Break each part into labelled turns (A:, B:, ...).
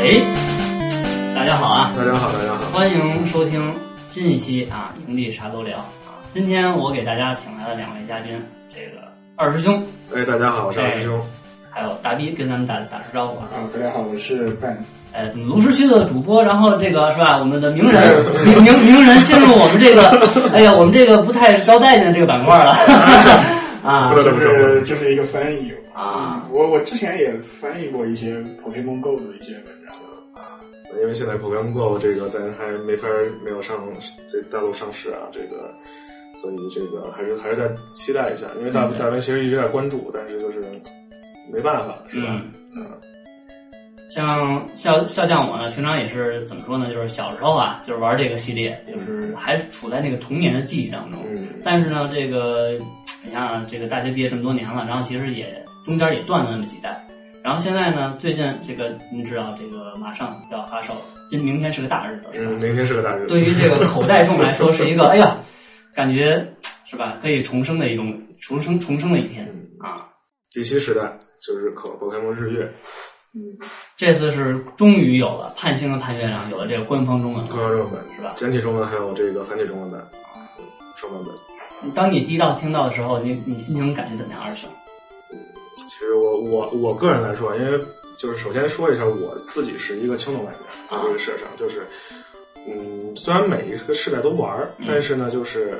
A: 哎
B: 好，大家好。
A: 啊欢迎收听新一期啊，营地啥都聊啊。今天我给大家请来了两位嘉宾，这个二师兄
B: 哎，大家好，我是二师兄。
A: 还有大逼，跟咱们打打声招呼啊。
C: 啊，大家好，我是 Ben。
A: 呃，卢石区的主播，然后这个是吧？我们的名人，名名名人进入我们这个，哎呀，我们这个不太招待见的这个板块了 啊。
B: 说的这
C: 就
B: 么正
C: 是
B: 经
C: 就是一个翻译
A: 啊，
C: 嗯我我之前也翻译过一些 Pokemon Go 的一些文章，
A: 哎
B: 因为现在 Pokemon Go 这个咱还没法儿没有上啊这大陆上市啊，这个，所以这个还是还是再期待一下，因为大
A: 嗯对
B: 大家其实一直在关注，但是就是没办法，是吧？
A: 嗯，像像像像我呢，平常也是怎么说呢？就是小时候啊，就是玩这个系列，就是还处在那个童年的记忆当中。
B: 嗯
A: 但是呢，这个你看啊这个大学毕业这么多年了，然后其实也中间也断了那么几代，然后现在呢，最近这个您知道，这个马上要发售，今明天是个大日子，是吧？
B: 嗯，明天是个大日子。
A: 对于这个口袋众来说，是一个哎呀，感觉是吧？可以重生的一种重生重生的一天
B: 嗯
A: 啊！
B: 第七时代 就是可 Pokemon 日月，
A: 这次是终于有了盼星和盼月亮，有了这个官方中文
B: 官方中文版
A: 是吧？
B: 简体中文还有这个繁体中文版，嗯双版本。
A: 当你第一道听到的时候，你你心情感觉怎么样，二师兄？
B: 其实我我我个人来说，因为就是首先说一下，我自己是一个轻度玩家，在这个事上就是，嗯，虽然每一个世代都玩儿
A: 嗯，
B: 但是呢，就是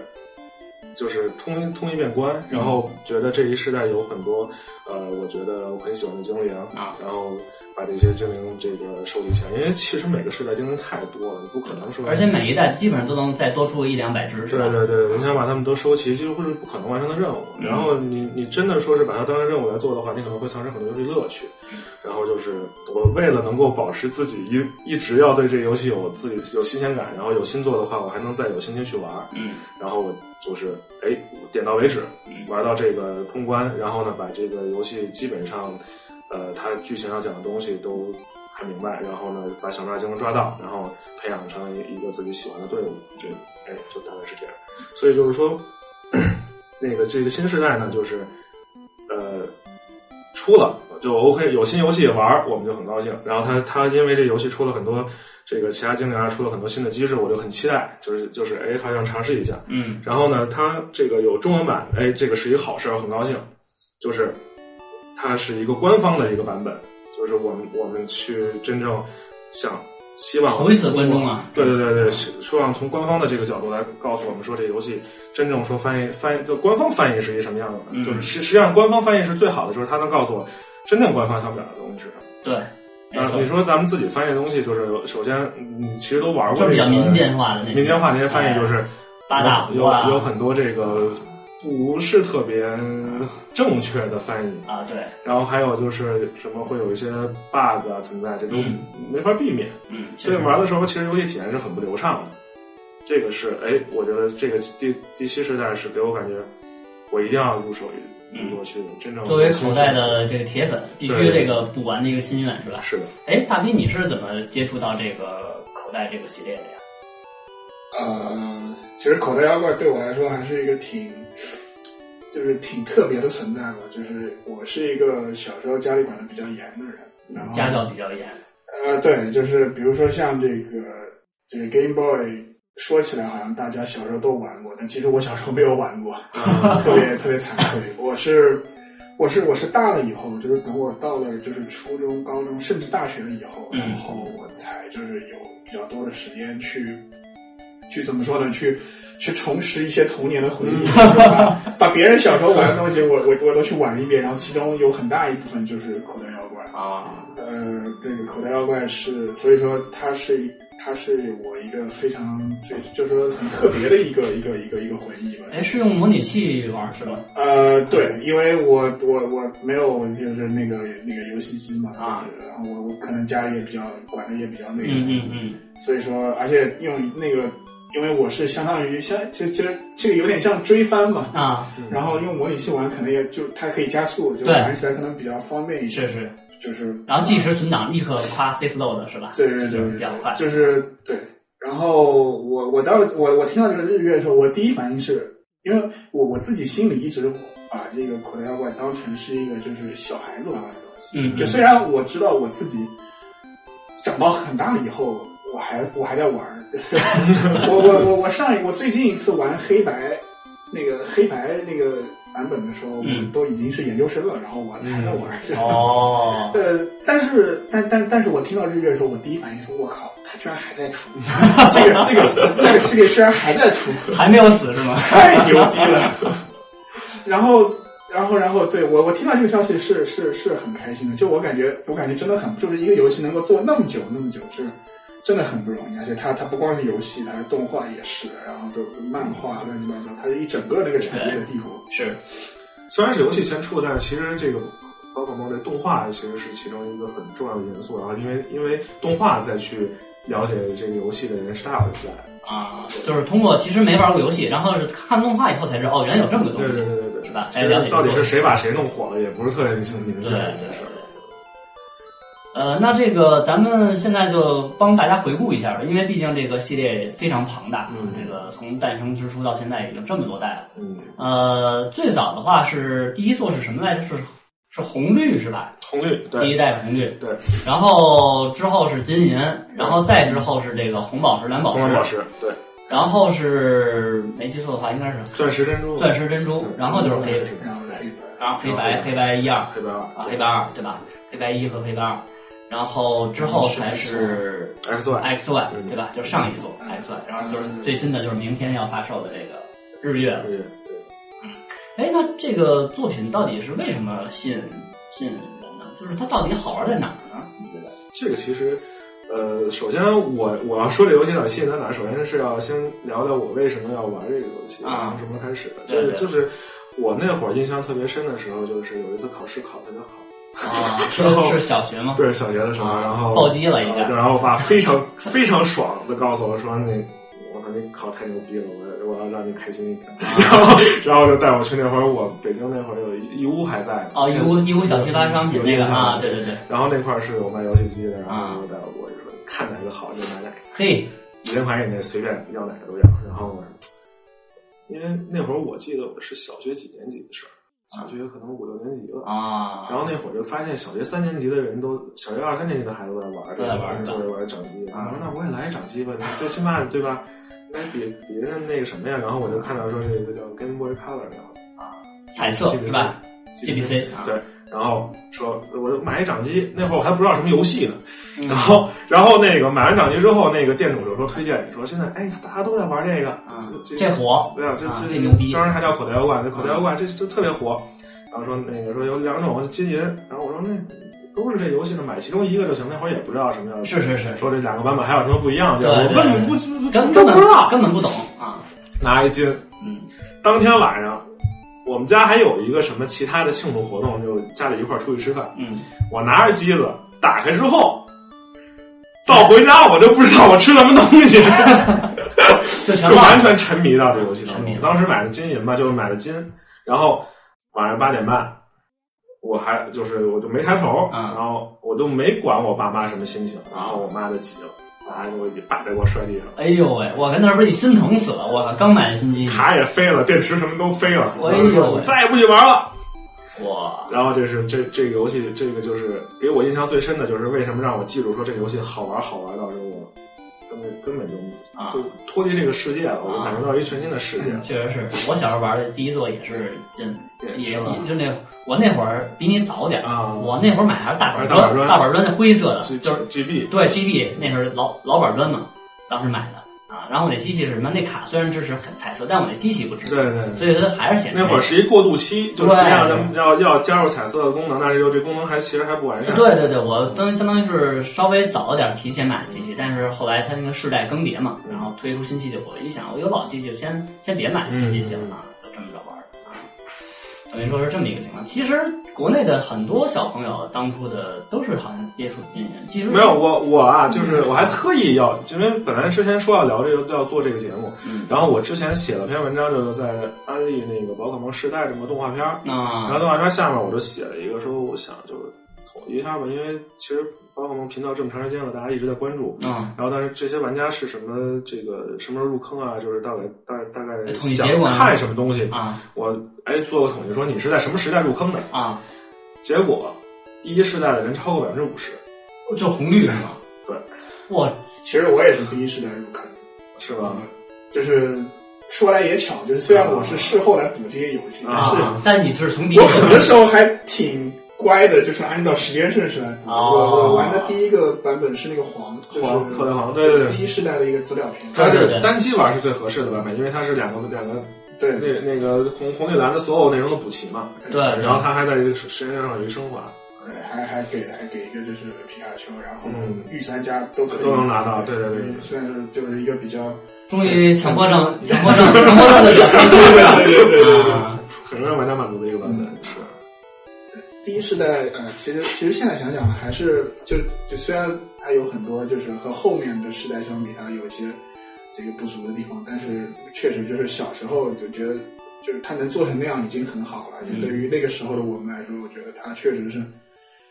B: 就是通一通一遍关，然后
A: 嗯
B: 觉得这一世代有很多呃，我觉得我很喜欢的精灵
A: 啊，
B: 然后把这些精灵这个收集起来，因为其实每个世代精灵太多了，你不可能说
A: 而且每一代基本上都能再多出一两百只，是吧？
B: 对对对，你想把它们都收齐，几乎是不可能完成的任务。
A: 嗯
B: 然后你你真的说是把它当成任务来做的话，你可能会丧失很多游戏乐趣。
A: 嗯
B: 然后就是我为了能够保持自己一一直要对这游戏有自己有新鲜感，然后有新作的话，我还能再有心情去玩。
A: 嗯，
B: 然后我就是哎点到为止
A: 嗯，
B: 玩到这个通关，然后呢把这个游戏基本上，呃，它剧情要讲的东西都看明白，然后呢把想抓精灵抓到，然后培养成一一个自己喜欢的队伍，这哎就大概是这样。所以就是说， 那个这个新时代呢，就是呃出了就 OK，有新游戏玩儿我们就很高兴。然后它它因为这游戏出了很多这个其他精灵啊，出了很多新的机制，我就很期待，就是就是哎好想尝试一下。
A: 嗯
B: 然后呢，它这个有中文版，哎，这个是一个好事，儿，很高兴。就是它是一个官方的一个版本，就是我们我们去真正想希望
A: 头一次关注啊
B: 对对对对，希希望从官方的这个角度来告诉我们说这游戏真正说翻译翻译就官方翻译是一什么样子的，
A: 嗯
B: 就是实实际上官方翻译是最好的，就是它能告诉我真正官方想表达的东西是什么。
A: 对，没
B: 呃，
A: 错
B: 你，说咱们自己翻译的东西，就是首先你其实都玩过
A: 就
B: 这
A: 比
B: 个
A: 较民间化的那种
B: 民间化那些翻译，就
A: 嗯哎
B: 是
A: 八大
B: 有
A: 湖啊
B: 有很多这个不是特别正确的翻译，
A: 啊，对，
B: 然后还有就是什么会有一些 bug 啊存在，这都
A: 嗯
B: 没法避免。
A: 嗯，
B: 所
A: 确
B: 以
A: 实
B: 玩的时候，其实游戏体验是很不流畅的。这个是哎，我觉得这个第第七时代是给我感觉，我一定要入手一
A: 嗯
B: 我去真正
A: 作为
B: 亲
A: 口
B: 手
A: 袋的这个铁粉，必须
B: 对
A: 这个补完的一个心愿是吧？
B: 是的，
A: 哎，大斌，你是怎么接触到这个口袋这个系列的呀？
C: 呃，其实口袋妖怪对我来说还是一个挺，就是挺特别的存在吧。就是我是一个小时候家里管的比较严的人，然后
A: 家教比较严，
C: 呃，对，就是比如说像这个这个 Game Boy，说起来好像大家小时候都玩过，但其实我小时候没有玩过，啊
B: 嗯
C: 特别特别惭愧。我是我是我是大了以后，就是等我到了就是初中、高中甚至大学了以后，
A: 嗯
C: 然后我才就是有比较多的时间去。去怎么说呢？去去重拾一些童年的 回忆，就是把把别人小时候玩的东西，我我我都去玩一遍。然后其中有很大一部分就是口袋妖怪，
A: 啊，
C: 呃，这个口袋妖怪是，所以说它是一，它是我一个非常非，就是说很特别的一个一个一个一个回忆吧。
A: 哎，是用模拟器玩是吧？
C: 呃，对，因为我我我没有就是那个那个游戏机嘛，
A: 啊
C: 就是然后我我可能家里也比较管的也比较那个，
A: 嗯嗯嗯，
C: 所以说而且用那个，因为我是相当于相就其实这个有点像追番嘛，
A: 啊，
C: 然后用模拟器玩可能也就它可以加速，就
A: 对
C: 玩起来可能比较方便一些，
A: 是是，
C: 就是
A: 然后即时存档，立刻夸 safe load 是吧？
C: 对对对
A: 比
C: 对
A: 较快
C: 对，就是对。然后我我当时我我听到这个日月的时候，我第一反应是因为我我自己心里一直把这个口袋妖怪当成是一个就是小孩子玩玩的东西。
A: 嗯，嗯
C: 就虽然我知道我自己长到很大了以后，我还我还在玩儿， 我我我我上一我最近一次玩黑白那个黑白那个版本的时候，
A: 嗯
C: 我都已经是研究生了，然后我还在玩儿。
A: 哦，
C: 呃，但是，但但但是我听到日月的时候，我第一反应是，我靠，它居然还在 出，这个这个这个系列居然还在出，
A: 还没有死是吗？
C: 太牛逼了。 然后，然后，然后，对我我听到这个消息是是是很开心的，就我感觉我感觉真的很，就是一个游戏能够做那么久那么久是。真的很不容易，而且它它不光是游戏，它动画也是，然后都漫画乱七八糟，它是一整个那个产业的帝国。
A: 是，
B: 虽然是游戏先出的，但是其实这个宝可梦这动画其实是其中一个很重要的元素。然后因为因为动画再去了解这个游戏的人是大有人在。
A: 啊，就是通过其实没玩过游戏，然后是看动画以后才知道，哦，原来有这么个东
B: 对
A: 西
B: 对。对对对，
A: 是吧哎
B: 其实到底是谁把谁弄火了，也不是特别清明
A: 对
B: 确
A: 对
B: 的一
A: 对
B: 件事儿。
A: 呃，那这个咱们现在就帮大家回顾一下吧，因为毕竟这个系列非常庞大，
B: 嗯
A: 这个从诞生之初到现在已经这么多代了。
B: 嗯，
A: 呃，最早的话是第一座是什么来着？是是红绿是吧？
B: 红绿
A: 第
B: 对
A: 一代红绿，
B: 对，
A: 然后之后是金银，然后再之后是这个红宝石、蓝宝
B: 红
A: 石，
B: 蓝宝石对
A: 然后是没记错的话应该是
B: 钻石珍珠
A: 钻石珍珠，然后就是黑，
C: 然后黑白，
A: 然后黑
B: 啊
A: 白黑白一二，
B: 黑白二
A: 啊，黑白二对吧？黑白一和黑白二，然后之后才是
B: X Y
A: X Y
B: 嗯
A: 对吧？就上一座 X Y，然后就是
C: 嗯
A: 最新的就是明天要发售的这个日月。
B: 对
A: 哎，那这个作品到底是为什么吸引吸引人呢？就是它到底好玩在哪儿呢？你觉得？
B: 这个其实，呃，首先我我要说这游戏到底吸引在哪儿，首先是要先聊聊我为什么要玩这个游戏，
A: 啊
B: 从什么开始的。
A: 对
B: 这个
A: 对
B: 就是我那会儿印象特别深的时候，就是有一次考试考得特别好，
A: 啊，是
B: 然后
A: 是小学吗？
B: 对，小学的时候，
A: 啊
B: 然后
A: 暴击了一下
B: 然后然后我爸非常非常爽的告诉我说：“那我操，你考太牛逼了，我我要让你开心一点。
A: 啊
B: 然后然后就带我去那会儿，我北京那会儿有义乌还在呢
A: 哦，义乌义乌小批发商品那个啊，。
B: 嗯有印象
A: 对对对，
B: 然后那块儿是有卖游戏机的，然
A: 啊
B: 后就带我过去说：“你看哪个好你就买哪个。”
A: 嘿，
B: 零款也那随便要哪个都要。然后我，因为那会儿我记得我是小学几年级的事儿，小学可能五六年级了。
A: 啊，
B: 然后那会儿就发现小学三年级的人都，小学二三年级的孩子都在玩儿
A: 都
B: 这个，
A: 在玩儿
B: 都在玩儿掌机。
A: 啊
B: 我说那我也来一掌机吧，最起码对吧？那比比人家那个什么呀？然后我就看到说这个叫 Game Boy Color 那
A: 彩色
B: 会儿
A: 是吧
B: GBC
A: ？GBC 啊，
B: 对，然后说我就买一掌机，那会儿我还不知道什么游戏呢。
A: 嗯
B: 然后，然后那个买完掌机之后，那个店主就说推荐你说现在哎大家都在玩这个
A: 啊，
B: 这
A: 这火
B: 对啊，这
A: 啊
B: 这
A: 这牛逼嗯
B: 当时还叫口袋妖怪，这口袋妖怪这这特别火。然后说那个说有两种金银，然后我说那都是这游戏的，买其中一个就行。那会儿也不知道什么样的，
A: 是是是，
B: 说这两个版本还有什么不一样？
A: 对
B: 我
A: 对
B: 根
A: 对
B: 本不不
A: 根根
B: 都
A: 本
B: 不知道。
A: 根本不懂啊，
B: 拿一金，
A: 嗯，
B: 当天晚上。我们家还有一个什么其他的庆祝活动，就家里一块儿出去吃饭。
A: 嗯，
B: 我拿着机子打开之后，到回家我就不知道我吃什么东西，
A: 就全
B: 就
A: 忘
B: 完
A: 了
B: 全沉迷到这游戏当
A: 沉迷了
B: 中。当时买的金银吧，就是买的金，然后晚上八点半，我还就是我就没抬头，
A: 嗯
B: 然后我就没管我爸妈什么心情，
A: 啊
B: 然后我妈就急了，砸给我一记，叭就给我摔地上，
A: 哎呦喂，我跟那儿不是得心疼死了！我靠，刚买的新机，
B: 卡也飞了，电池什么都飞了，
A: 哎呦
B: 我就说我再也不许玩了。
A: 哇，
B: 然后这是这这个游戏，这个就是给我印象最深的就是为什么让我记住说这个游戏好玩好玩到说我根本根本就
A: 啊，
B: 就脱离这个世界了，我就感受到一个全新的世界。
A: 确实是我小时候玩的第一座也是金，也
B: 是吧？
A: 就那我那会儿比你早点儿，
B: 啊，
A: 我那会儿买还是大板
B: 大板
A: 砖，
B: 砖
A: 大板砖那灰色的，
B: G
A: 就是
B: G B
A: 对 GB 那是老老板砖嘛，当时买的啊。然后我那机器是什么？那卡虽然支持很彩色，但我那机器不支
B: 对
A: 持，
B: 对对。
A: 所以它还是显示
B: 那会儿是一过渡期，就
A: 对
B: 实际上咱们要要加入彩色的功能，但是又这功能还其实还不完善。
A: 对对对，我当相当于是稍微早了点提前买的机器，但是后来它那个世代更迭嘛，然后推出新机器，我一想我有老机器，先先别买新机器
B: 嗯
A: 了啊，就这么着玩儿啊，等于说是这么一个情况。其实国内的很多小朋友当初的都是好像接触禁言，其实
B: 没有，我我啊，就是我还特意要，因为本来之前说要聊这个要做这个节目，
A: 嗯
B: 然后我之前写了篇文章，就是在安利那个宝可梦世代这么动画片儿，然后
A: 啊
B: 动画片下面我就写了一个，说我想就是统一一下吧，因为其实宝可梦频道这么长时间了，大家一直在关注。
A: 啊，
B: 然后，但是这些玩家是什么？这个什么时候入坑啊？就是大概大大概
A: 统计
B: 想
A: 结果呢
B: 看什么东西？
A: 啊
B: 我哎做个统计，说你是在什么时代入坑的？
A: 啊，
B: 结果第一世代的人超过百分之五十，
A: 就红绿是吗？
B: 对，
A: 哇，
C: 其实我也是第一世代入坑，
B: 是吧？
C: 就是说来也巧，就是虽然我是事后来补这些游戏，但是
A: 啊，但你是从第一
C: 我
A: 个
C: 有的时候还挺乖的，就是按照时间顺序来补。
A: 哦
C: 我我玩的第一个版本是那个黄，就是
B: 啊黄口袋黄对对
C: 对
B: 对
C: 第一世代的一个资料片。
B: 它
A: 对对
B: 是
A: 对
B: 单机玩是最合适的版本，因为它是两个两个
C: 对
B: 那那个红红绿蓝的所有内容都补齐嘛，
A: 对，
B: 然后它还在这个时间上有一个升华，
C: 对，还还给还给一个就是皮卡丘，然后
B: 嗯
C: 御三家都可以
B: 都能拿到
C: 对
B: 对对对，
C: 虽然是就是一个比较
A: 终于强迫 症，强迫症，强迫症的表现出来了。
C: 对对对
A: 啊，
B: 很让玩家满足的一个版本是。
C: 第一世代呃，其实其实现在想想还是就就虽然它有很多就是和后面的世代相比，它有一些这个不足的地方，但是确实就是小时候就觉得就是它能做成那样已经很好了，
A: 嗯
C: 就对于那个时候的我们来说，我觉得它确实是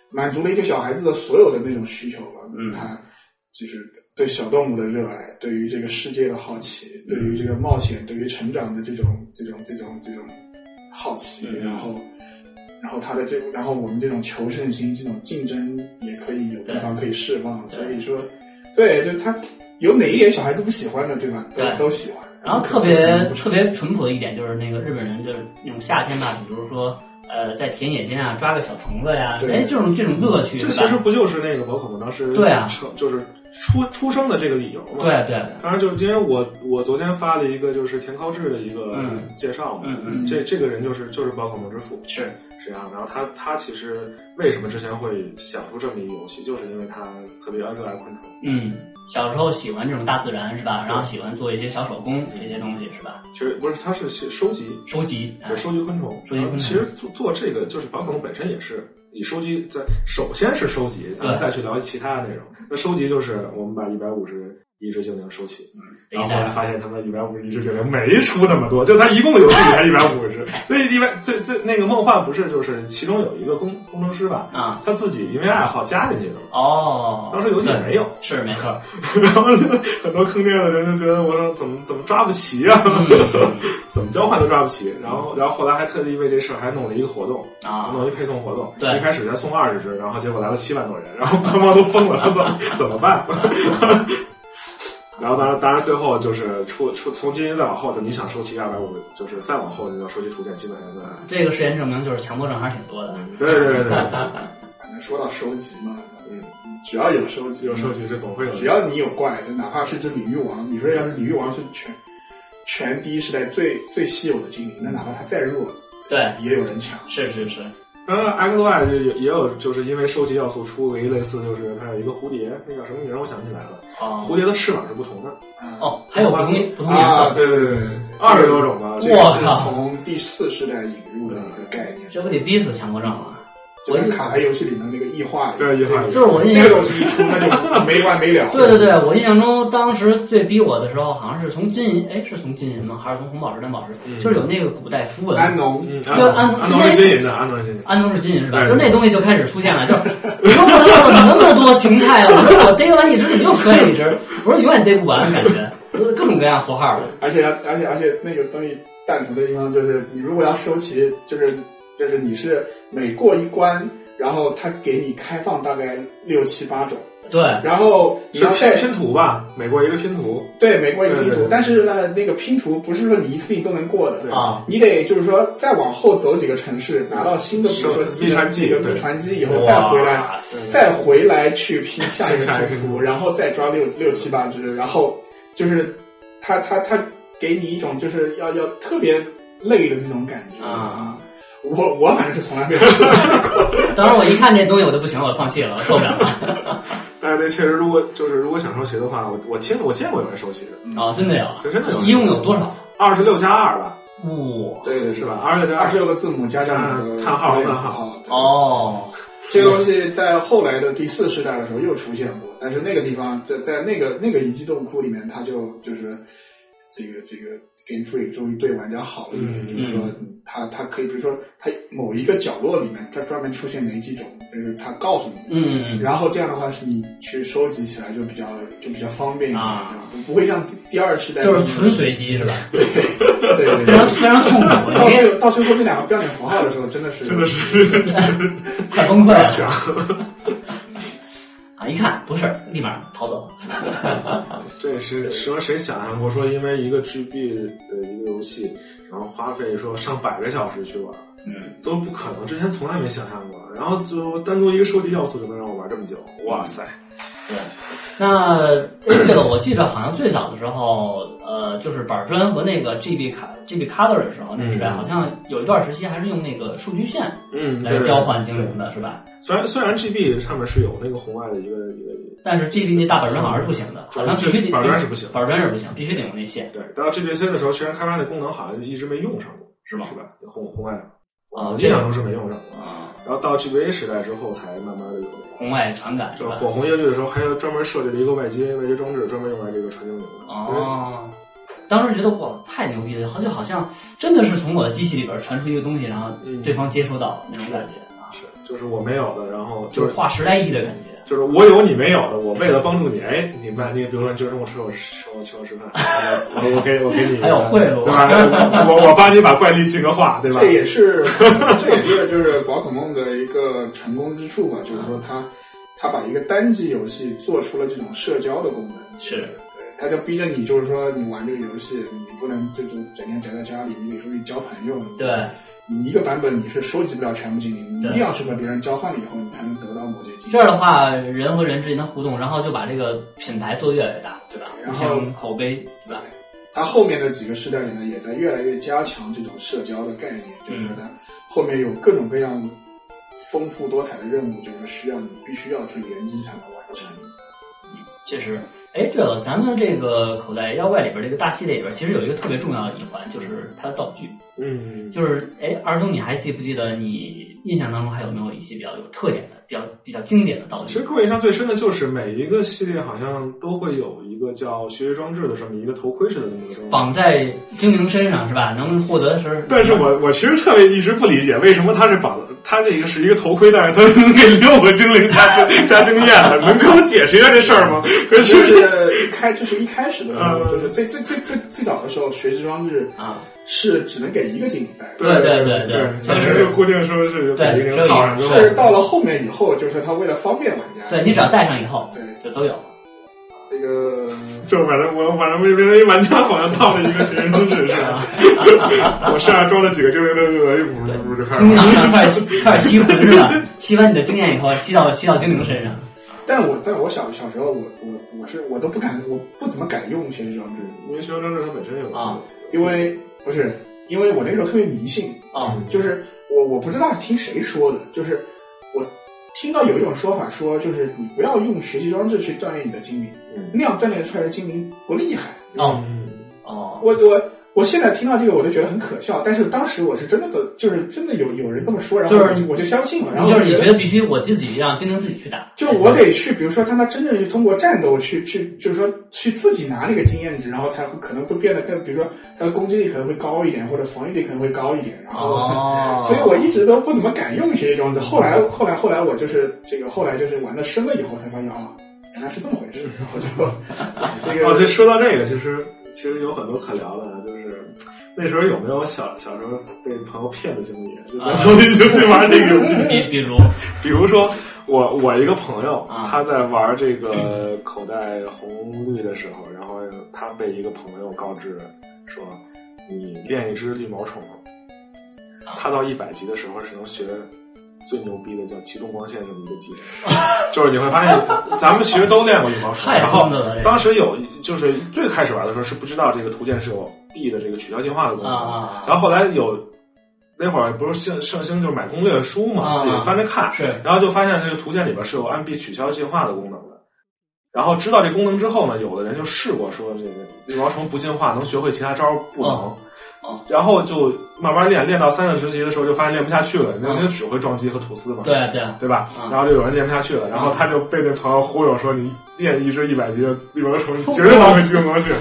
C: 满足了一个小孩子的所有的那种需求吧。
A: 嗯
C: 它就是对小动物的热爱，对于这个世界的好奇，对于这个冒险，对于成长的这种这种这种这种好奇，
A: 嗯
C: 然后。然后他的这，然后我们这种求胜心、这种竞争也可以有地方可以释放，
A: 对
C: 所以说，对，就他有哪一点小孩子不喜欢的，对吧？都
A: 对
C: 都喜欢。
A: 然后特别
C: 不是
A: 特别淳朴的一点就是那个日本人就是那种夏天吧，比如说呃在田野间啊抓个小虫子呀，
C: 对
A: 哎这种这种乐趣，
B: 这
A: 对
B: 其实
A: 吧？
B: 不就是那个宝可梦当时
A: 对啊
B: 成就是出出生的这个理由嘛？。
A: 对对，
B: 当然，就是因为我我昨天发了一个就是田尻智的一个
A: 嗯
B: 介绍嘛，
A: 嗯嗯
B: 这这个人就是就是宝可梦之父
A: 是
B: 实际上，然后他他其实为什么之前会想出这么一个游戏，就是因为他特别热爱昆虫，
A: 嗯，小时候喜欢这种大自然是吧？然后喜欢做一些小手工这些东西是吧？
B: 其实不是他是写收集，
A: 收集啊
B: 对，收集昆虫。
A: 收集昆虫
B: 然后其实做做这个就是宝可梦本身也是以收集在首先是收集，咱们
A: 对
B: 再去聊其他的内容。那收集就是我们把一百五十一只精灵收齐，
A: 啊等
B: 然
A: 一
B: 后后来
A: 下，
B: 发现他们一百五十一只精灵没出那么多，就他一共游戏里才一百五十只。那一百最最那个梦幻不是就是其中有一个工工程师吧，
A: 啊
B: 他自己因为爱好加进去的嘛。
A: 哦，
B: 当时游戏里
A: 对
B: 没有，
A: 是没 错，
B: 然后就很多坑爹的人就觉得我说怎么怎么抓不齐啊，
A: 嗯
B: 怎么交换都抓不齐。然后然后后来还特地为这事儿还弄了一个活动，
A: 啊
B: 弄一配送活动。
A: 对
B: 一开始才送二十只，然后结果来了七万多人，然后官方都疯了，怎么怎么办？ 然后当然当然最后就是出出从今天再往后，就你想收齐二百五，就是再往后你要收齐图鉴，基本上就
A: 这个实验证明就是强迫症还是挺多的。
B: 对对对对对，
C: 反正说到收集嘛，
B: 嗯
C: 只要有收集，嗯
B: 有收，集是总会有的。
C: 只要你有怪，就哪怕是只鲤鱼王，你说要是鲤鱼王是全全第一时代最最稀有的精灵，那哪怕它再弱，
A: 对，
C: 也有人抢。
A: 是是是，
B: 然后嗯 X Y 就也也有就是因为收集要素出了一类似，就是它有一个蝴蝶，那叫什么名儿我想不起来了。
A: 哦
B: 蝴蝶的翅膀是不同的，
C: 啊
A: 哦，还有不同不同颜
C: 啊，
A: 色，
C: 对对对对，对
B: 二十多种吧。
C: 这个
A: 哇
C: 是
A: 靠
C: 从第四世代引入的一个概念，
A: 这不得逼死强迫症了？
C: 就跟卡牌游戏里面那个异化一样，
B: 对异化一样
A: 就是我印
C: 这
A: 象
C: 个，东西一 出，那就没完没了。
A: 对对对，我印象中当时最逼我的时候，好像是从金银，哎，是从金银吗？还是从红宝石、蓝宝石？
B: 嗯
A: 就是有那个古代符文，
C: 安农，
B: 嗯，
A: 要按
B: 安东是金银的，安东是金银的。
A: 安东是金银是吧？
B: 哎
A: 就是那东西就开始出现了，就是 我说我操，怎么那么多形态啊？我说我逮完一只，你又摔一只，我说永远逮不完，感觉就是各种各样符号的。
C: 而且而且而且那个东西蛋疼的地方就是，你如果要收集，就是就是你是每过一关，然后它给你开放大概六七八种，
A: 对，
C: 然后你
B: 嗯是
C: 要
B: 拼
C: 再
B: 拼图吧，美国一个拼图，
C: 对每过一个拼
B: 对对
C: 图
B: 对，
C: 但是呢，那个拼图不是说你一次性都能过的，
B: 对
A: 啊，
C: 你得就是说再往后走几个城市，拿到新的，比如说
B: 是
C: 技能
B: 密传机
C: 那个
B: 对
C: 密传机以后再回来，
A: 哇塞
C: 再回来去拼下一
B: 下
C: 个
B: 一个
C: 拼
B: 拼
C: 图，
B: 图
C: 然后再抓六六七八只，然后就是他他他给你一种就是要要特别累的这种感觉
A: 啊
C: 我我反正是从来没有收集 过，
A: 当时我一看这东西我就不行，我放弃了，我受不了了。
B: 但是那确实，如果就是如果想收齐的话，我我听我见过有人收齐的，
A: 哦，真的有啊，
B: 这真的有人收集。
A: 一共有多少？
B: 二十六加二吧，
A: 哇，
C: 对对
B: 是？吧？二十六加
C: 二
B: 二
C: 十六个字母加上你的
B: 啊叹号
C: 标点
B: 叹
C: 符
B: 号
C: 号，对
A: 哦，
C: 这个东西在后来的第四世代的时候又出现过，但是那个地方在在那个那个遗迹洞窟里面，它就就是这个这个 Game Free 终于对玩家好了一点，
B: 嗯
C: 就是说它它可以，比如说它某一个角落里面，它专门出现哪几种，就是它告诉你。
A: 嗯，
C: 然后这样的话，是你去收集起来就比较就比较方便一点，
A: 啊
C: 就不不会像第第二世代
A: 就是纯随机是吧？
C: 对对对
A: 非常
C: 对。
A: 非常痛 苦，
C: 到
A: 你
C: 最后到最后那两个标点符号的时候，真的是
B: 真的是
A: 快崩溃了
B: 想
A: 啊！一看，不是，立马逃走。
B: 这是说谁想象过说因为一个 GB 的一个游戏，然后花费说上百个小时去玩，
A: 嗯，
B: 都不可能，之前从来没想象过。然后最后单独一个收集要素就能让我玩这么久，哇塞！
A: 对。那哎对了，我记得好像最早的时候，呃，就是板砖和那个 GB 卡 GB Color 的时候，那时代
B: 嗯
A: 好像有一段时期还是用那个数据线
B: 嗯，
A: 来
B: 对
A: 交换精灵的，是吧？
B: 虽然虽然 GB 上面是有那个红外的一个一个，一
A: 但是 GB 那大板砖好像是不行的，好像必须得
B: 板砖是不行
A: 板砖是不行，必须得用那线，
B: 个对，到 GBC 的时候，其实开发那功能好像一直没用上过，
A: 是吗
B: 是？吧？红红外，
A: 啊
B: 我
A: 这
B: 印
A: 样
B: 象中是没用上过。
A: 啊，
B: 然后到 GBA 时代之后，才慢慢的有。
A: 红外传感是
B: 就是
A: 吧？
B: 火红乐队的时候，还有专门设计了一个外接外接装置，专门用来这个传精灵的。
A: 哦，当时觉得哇，太牛逼了，好就好像真的是从我的机器里边传出一个东西，然后
B: 嗯
A: 对方接收到那种感觉啊，
B: 是，就是我没有的，然后
A: 就
B: 就是是
A: 划时代意义的感觉。
B: 就是我有你没有的，我为了帮助你，哎，你买你比如说你今儿中午吃我吃我请我吃饭，我我给我给你，
A: 还有贿赂
B: 对 吧？我我帮你把怪力进个化，对吧
C: 这？也是 这也是就是宝可梦的一个成功之处吧，就是说它它把一个单机游戏做出了这种社交的功能，
A: 是
C: 对，它就逼着你就是说你玩这个游戏，你不能就就整天宅在家里，你得出去交朋友，
A: 对，
C: 你一个版本你是收集不了全部精灵，你
A: 对
C: 一定要去和别人交换了以后，你才能得到某些精
A: 这样
C: 灵。
A: 的话，人和人之间的互动，然后就把这个品牌做越来越大，对吧？
C: 然
A: 互
C: 后
A: 相口碑，对吧？
C: 它后面的几个世代里呢，也在越来越加强这种社交的概念，就是说它后面有各种各样丰富多彩的任务，就是需要你必须要去联机才能完成。
A: 确实。哎，对了，咱们这个口袋妖怪里边这个大系列里边，其实有一个特别重要的一环，就是它的道具。
B: 嗯，
A: 就是哎，二兄，你还记不记得你印象当中还有没有一些比较有特点的、比较比较经典的道
B: 其
A: 具
B: 实？给我印象最深的就是每一个系列好像都会有一个叫学习装置的这么一个头盔似的那么个东西。
A: 绑在精灵身上是吧？能获得是？
B: 但是我我其实特别一直不理解，为什么它是绑它这个是一个头盔，但是它能给六个精灵加经加经验的，能给我解释一下这事儿吗？可
C: 就是是一开，这是一开始的时候，
B: 嗯
C: 就是最最最最最早的时候，学习装置
A: 啊，
C: 是只能给一个精灵带
A: 对
C: 的。
A: 对
B: 对
A: 对对
B: 对，
A: 就
B: 当
A: 是
B: 时就固定说是把
A: 对
B: 精灵套上之后
A: 所以
C: 是到了后面以后，就是说它为了方便玩家，
A: 对你只要戴上以后
C: 对
A: 就都有。
C: 这个
B: 就反正我反正被别人一玩家好像套了一个学习装置似的，我身上装了几个精灵的额，不是不是开始
A: 精灵
B: 玩
A: 好像快开始吸魂似的，吸完你的经验以后，吸到吸到精灵身上。
C: 但我但我小小时候我，我我是我都不敢，我不怎么敢用学习装置，
B: 因为学习装置它本身有
A: 啊
C: 因为不是因为我那时候特别迷信，
A: 哦，
C: 就是我我不知道是听谁说的，就是我听到有一种说法说，就是你不要用学习装置去锻炼你的精灵，
B: 嗯
C: 那样锻炼出来的精灵不厉害。
A: 哦
B: 嗯
A: 哦，
C: 我我我现在听到这个我就觉得很可笑，但是当时我是真的的，就是真的有有人这么说，然后
A: 就是
C: 我就我就相信了，
B: 嗯
C: 然
A: 你就
C: 后我
A: 是你觉
C: 觉得。
A: 得必须我自己让精灵自己去打，
C: 就是我得去，比如说，他他真正是通过战斗去去，就是说去自己拿那个经验值，然后才会可能会变得更，比如说他的攻击力可能会高一点，或者防御力可能会高一点，然后
A: 哦，
C: 所以我一直都不怎么敢用学习装置。后来，后来，后来，我就是这个，后来就是玩的深了以后，才发现啊，原来是这么回事。 然后就哎这
B: 哦，
C: 个
B: 这说到这个，其实其实有很多可聊的啊，就是那时候有没有小小时候被朋友骗的经历？啊就咱说你就去玩这个 游戏，
A: 啊比比如
B: 比如说我我一个朋友
A: 啊，
B: 他在玩这个口袋红绿的时候，然后他被一个朋友告知说，你练一只绿毛
A: 啊
B: 虫，他到一百级的时候是能学。最牛逼的叫启动光线这么一个技能， 就是你会发现，咱们其实都练过羽毛虫，
A: 太
B: 然后
A: 疯子了，这个
B: 当时有，就是最开始玩的时候是不知道这个图鉴是有 B 的这个取消进化的功
A: 啊
B: 能，
A: 啊啊
B: 然后后来有那会儿不是圣圣星就是买攻略书嘛，
A: 啊
B: 自己翻着看，
A: 是
B: 然后就发现这个图鉴里边是有按 B 取消进化的功能的。然后知道这功能之后呢，有的人就试过说这个绿毛虫不进化能学会其他招儿不能，
A: 哦
B: 然后就慢慢练，练到三四十级的时候就发现练不下去了，那
A: 嗯
B: 那只会撞击和吐丝嘛。
A: 对对，
B: 对吧
A: 嗯？
B: 然后就有人练不下去了，然后他就被那朋友忽悠说：“你练一只一百级的绿毛虫，你绝对能会去魔去。”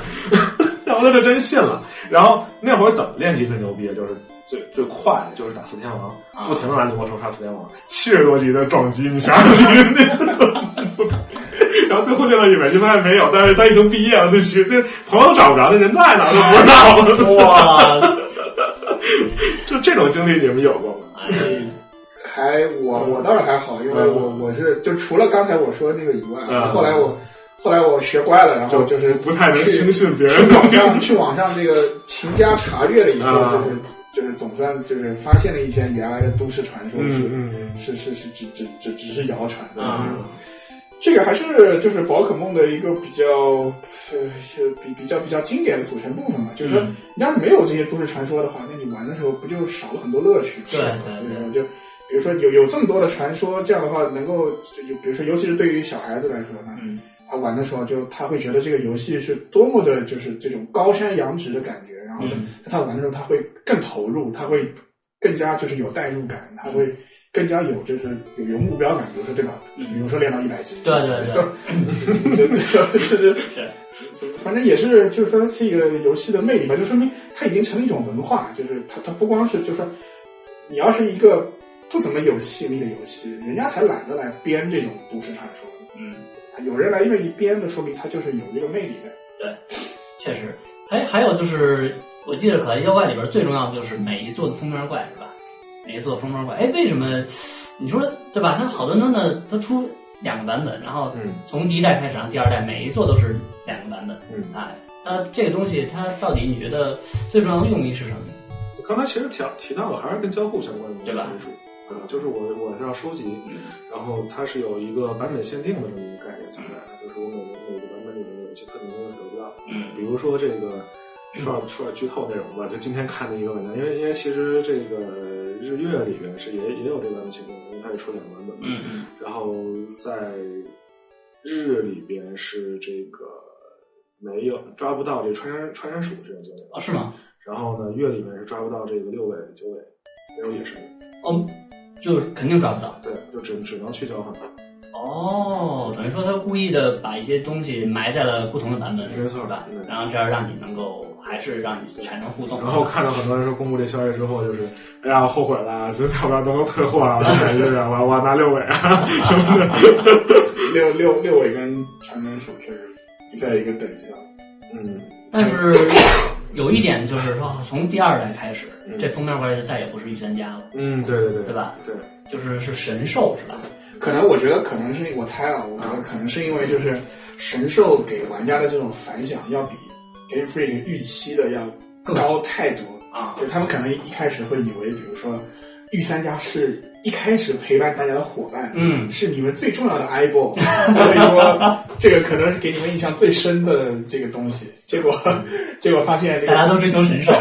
B: 然后他就真信了。然后那会儿怎么练级最牛逼？就是最最快，就是打四天
A: 啊
B: 王，不停的拿绿毛虫杀四天王，七十多级的撞击，你想想那 然后最后练到一百级发现没有，但是他已经毕业了，那学那朋友找不着，那人在哪儿都不 知道了。
A: 哇塞，
B: 就这种经历你们有过吗？
A: 哎
C: 还我我倒是还好，因为
B: 嗯
C: 我我是就除了刚才我说那个以外，
B: 嗯
C: 后来我后来我学乖了，然后就是
B: 不太能轻
C: 去
B: 信别人
C: 去网上去网上那个勤加查阅了以后，
B: 嗯
C: 就是就是总算就是发现了一些原来的都市传说是、
B: 嗯嗯
C: 是是是只只只只是谣传的。
A: 啊
C: 这个还是就是宝可梦的一个比较呃比比较比较经典的组成部分嘛，就是说
A: 嗯
C: 你要是没有这些都市传说的话，那你玩的时候不就少了很多乐趣？
A: 对
C: 是吧
A: 对
C: 所以
A: 对
C: 说就比如说有有这么多的传说，这样的话能够就就比如说尤其是对于小孩子来说呢，
A: 嗯
C: 他玩的时候就他会觉得这个游戏是多么的就是这种高山仰止的感觉，然后呢，
A: 嗯
C: 他玩的时候他会更投入，他会更加就是有代入感，他会更加有就是有有目标感，比如说对吧？
A: 嗯
C: 比如说练到一百级，
A: 对对对
C: 对， 就是反正也是，就是说这个游戏的魅力吧，就说明它已经成了一种文化，就是它它不光是就是说，你要是一个不怎么有吸引力的游戏，人家才懒得来编这种都市传说。
A: 嗯。
C: 他有人来愿意编的，说明他就是有这个魅力在。
A: 确实，还还有就是，我记得可爱妖怪里边最重要的就是每一座的封面怪是吧？每一座封面怪，哎，为什么？你说对吧？它好端端的，它出两个版本，然后
B: 嗯
A: 从第一代开始，然后第二代，每一座都是两个版本。
B: 嗯，
A: 哎，那这个东西它到底你觉得最重要的用意是什么？
B: 刚才其实提提到了，还是跟交互相关的
A: 对吧
B: 技术。啊，就是我我是要收集，
A: 嗯
B: 然后它是有一个版本限定的这么一个概念存在的，就是我每个每个版本里面有一些特定的手段，
A: 嗯
B: 比如说这个说点说点剧透内容吧，就今天看的一个文章，因为因为其实这个日月里面是也也有这个版本限定，因为它也出两个版本嘛，
A: 嗯嗯
B: 然后在日里边是这个没有抓不到这穿山穿山鼠这种精灵，
A: 哦，是吗？
B: 然后呢月里面是抓不到这个六尾九尾，没有野生，
A: 哦，就是肯定抓不到。
B: 对，就只只能去交换。
A: 哦，等于说他故意的把一些东西埋在了不同的版本，
B: 没错
A: 是吧
B: 嗯？
A: 然后这样让你能够还是让你产生互动。
B: 然后看到很多人说公布这消息之后，就是哎呀后悔了，这要不然都能退货啊，感觉啊，我我要拿六尾啊，
C: 六六六尾跟传人鼠确实不在一个等级上。
B: 嗯，
A: 但是有一点就是说，从第二代开始，
B: 嗯
A: 这封面怪就再也不是御三家了，
B: 嗯，对对对，
A: 对？吧？
B: 对，
A: 就是是神兽是吧？
C: 可能我觉得，可能是我猜啊，我觉得可能是因为就是神兽给玩家的这种反响，要比 Game Freak 预期的要高太多。
A: 啊，
C: 就他们可能一开始会以为，比如说御三家是一开始陪伴大家的伙伴，
A: 嗯，
C: 是你们最重要的 eyeball，所 以说这个可能是给你们印象最深的这个东西。结果结果发现 这
A: 大家
C: 个
A: 都追求神兽。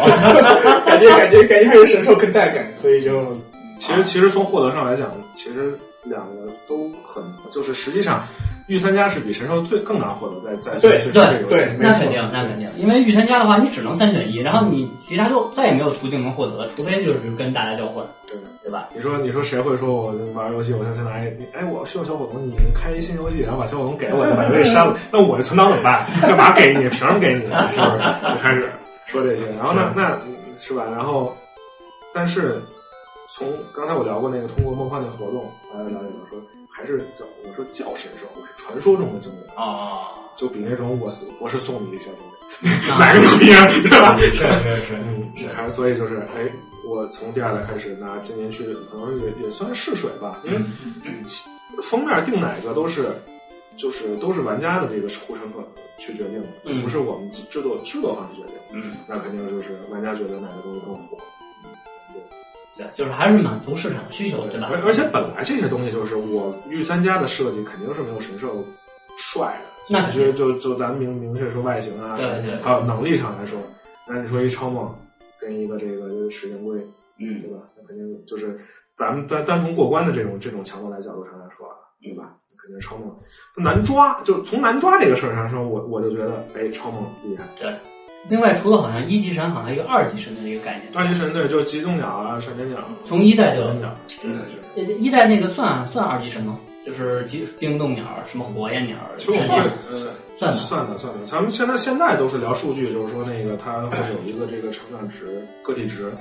C: 感觉感觉感觉还是神兽更带感，所以就啊
B: 其实其实从获得上来讲，其实两个都很，就是实际上御三家是比神兽最更难获得，在在
C: 对
B: 在这个
C: 对没
A: 那
C: 错
A: 肯定，那肯定，因为御三家的话，你只能三选一，然后你其他就再也没有途径能获得了，除非就是跟大家交换，
B: 对
A: 对吧？
B: 你说，你说谁会说我玩游戏，我先先拿一，哎，我需要小火龙，你开一新游戏，然后把小火龙给我，把游戏删 了，那我的存档怎么办？干嘛给你？凭什么给你？是不是？就开始说这些，然后呢，那是吧？然后，但是从刚才我聊过那个通过梦幻的活动来了解到，说还是叫我说叫神兽，我是传说中的精灵，
A: 哦，
B: 就比那种我博士送你一个小精灵，哪
A: 那
B: 个牛逼啊？对吧？
A: 是是是，
B: 嗯，还所以就是哎，我从第二代开始拿今年去，可能也也算是试水吧，因为
A: 嗯
B: 封面定哪个都是，就是都是玩家的这个呼声可去决定的，
A: 嗯
B: 不是我们制作制作方去决定。
A: 嗯，
B: 那肯定就是玩家觉得哪个东西更火，
A: 对，就是还是满足市场需求，对吧？
B: 而而且本来这些东西就是我御三家的设计肯定是没有神兽帅的，
A: 那
B: 其实就就咱们明明确说外形啊，
A: 对对，
B: 还有能力上来说，那你说一超梦跟一个这个就是时间龟。
A: 嗯
B: 对吧？那肯定就是咱们单单从过关的这种这种强度来角度上来说啊，对吧？肯定是超梦难抓，就从难抓这个事儿上说，我我就觉得，哎，超梦厉害。
A: 对。另外，除了好像一级神，好像还有一个二级神的一个概念，
B: 二级神队就是集中鸟啊，闪电鸟，
A: 从一代就有
B: 闪电鸟，
C: 真的是
A: 呃，一代那个算算二级神吗？就是几冰冻鸟、什么火焰鸟，
B: 其实我们
A: 全
B: 算
A: 是
B: 呃
A: 算的。
B: 算的算的，咱们现在现在都是聊数据，就是说那个它会有一个这个成长值、个体值，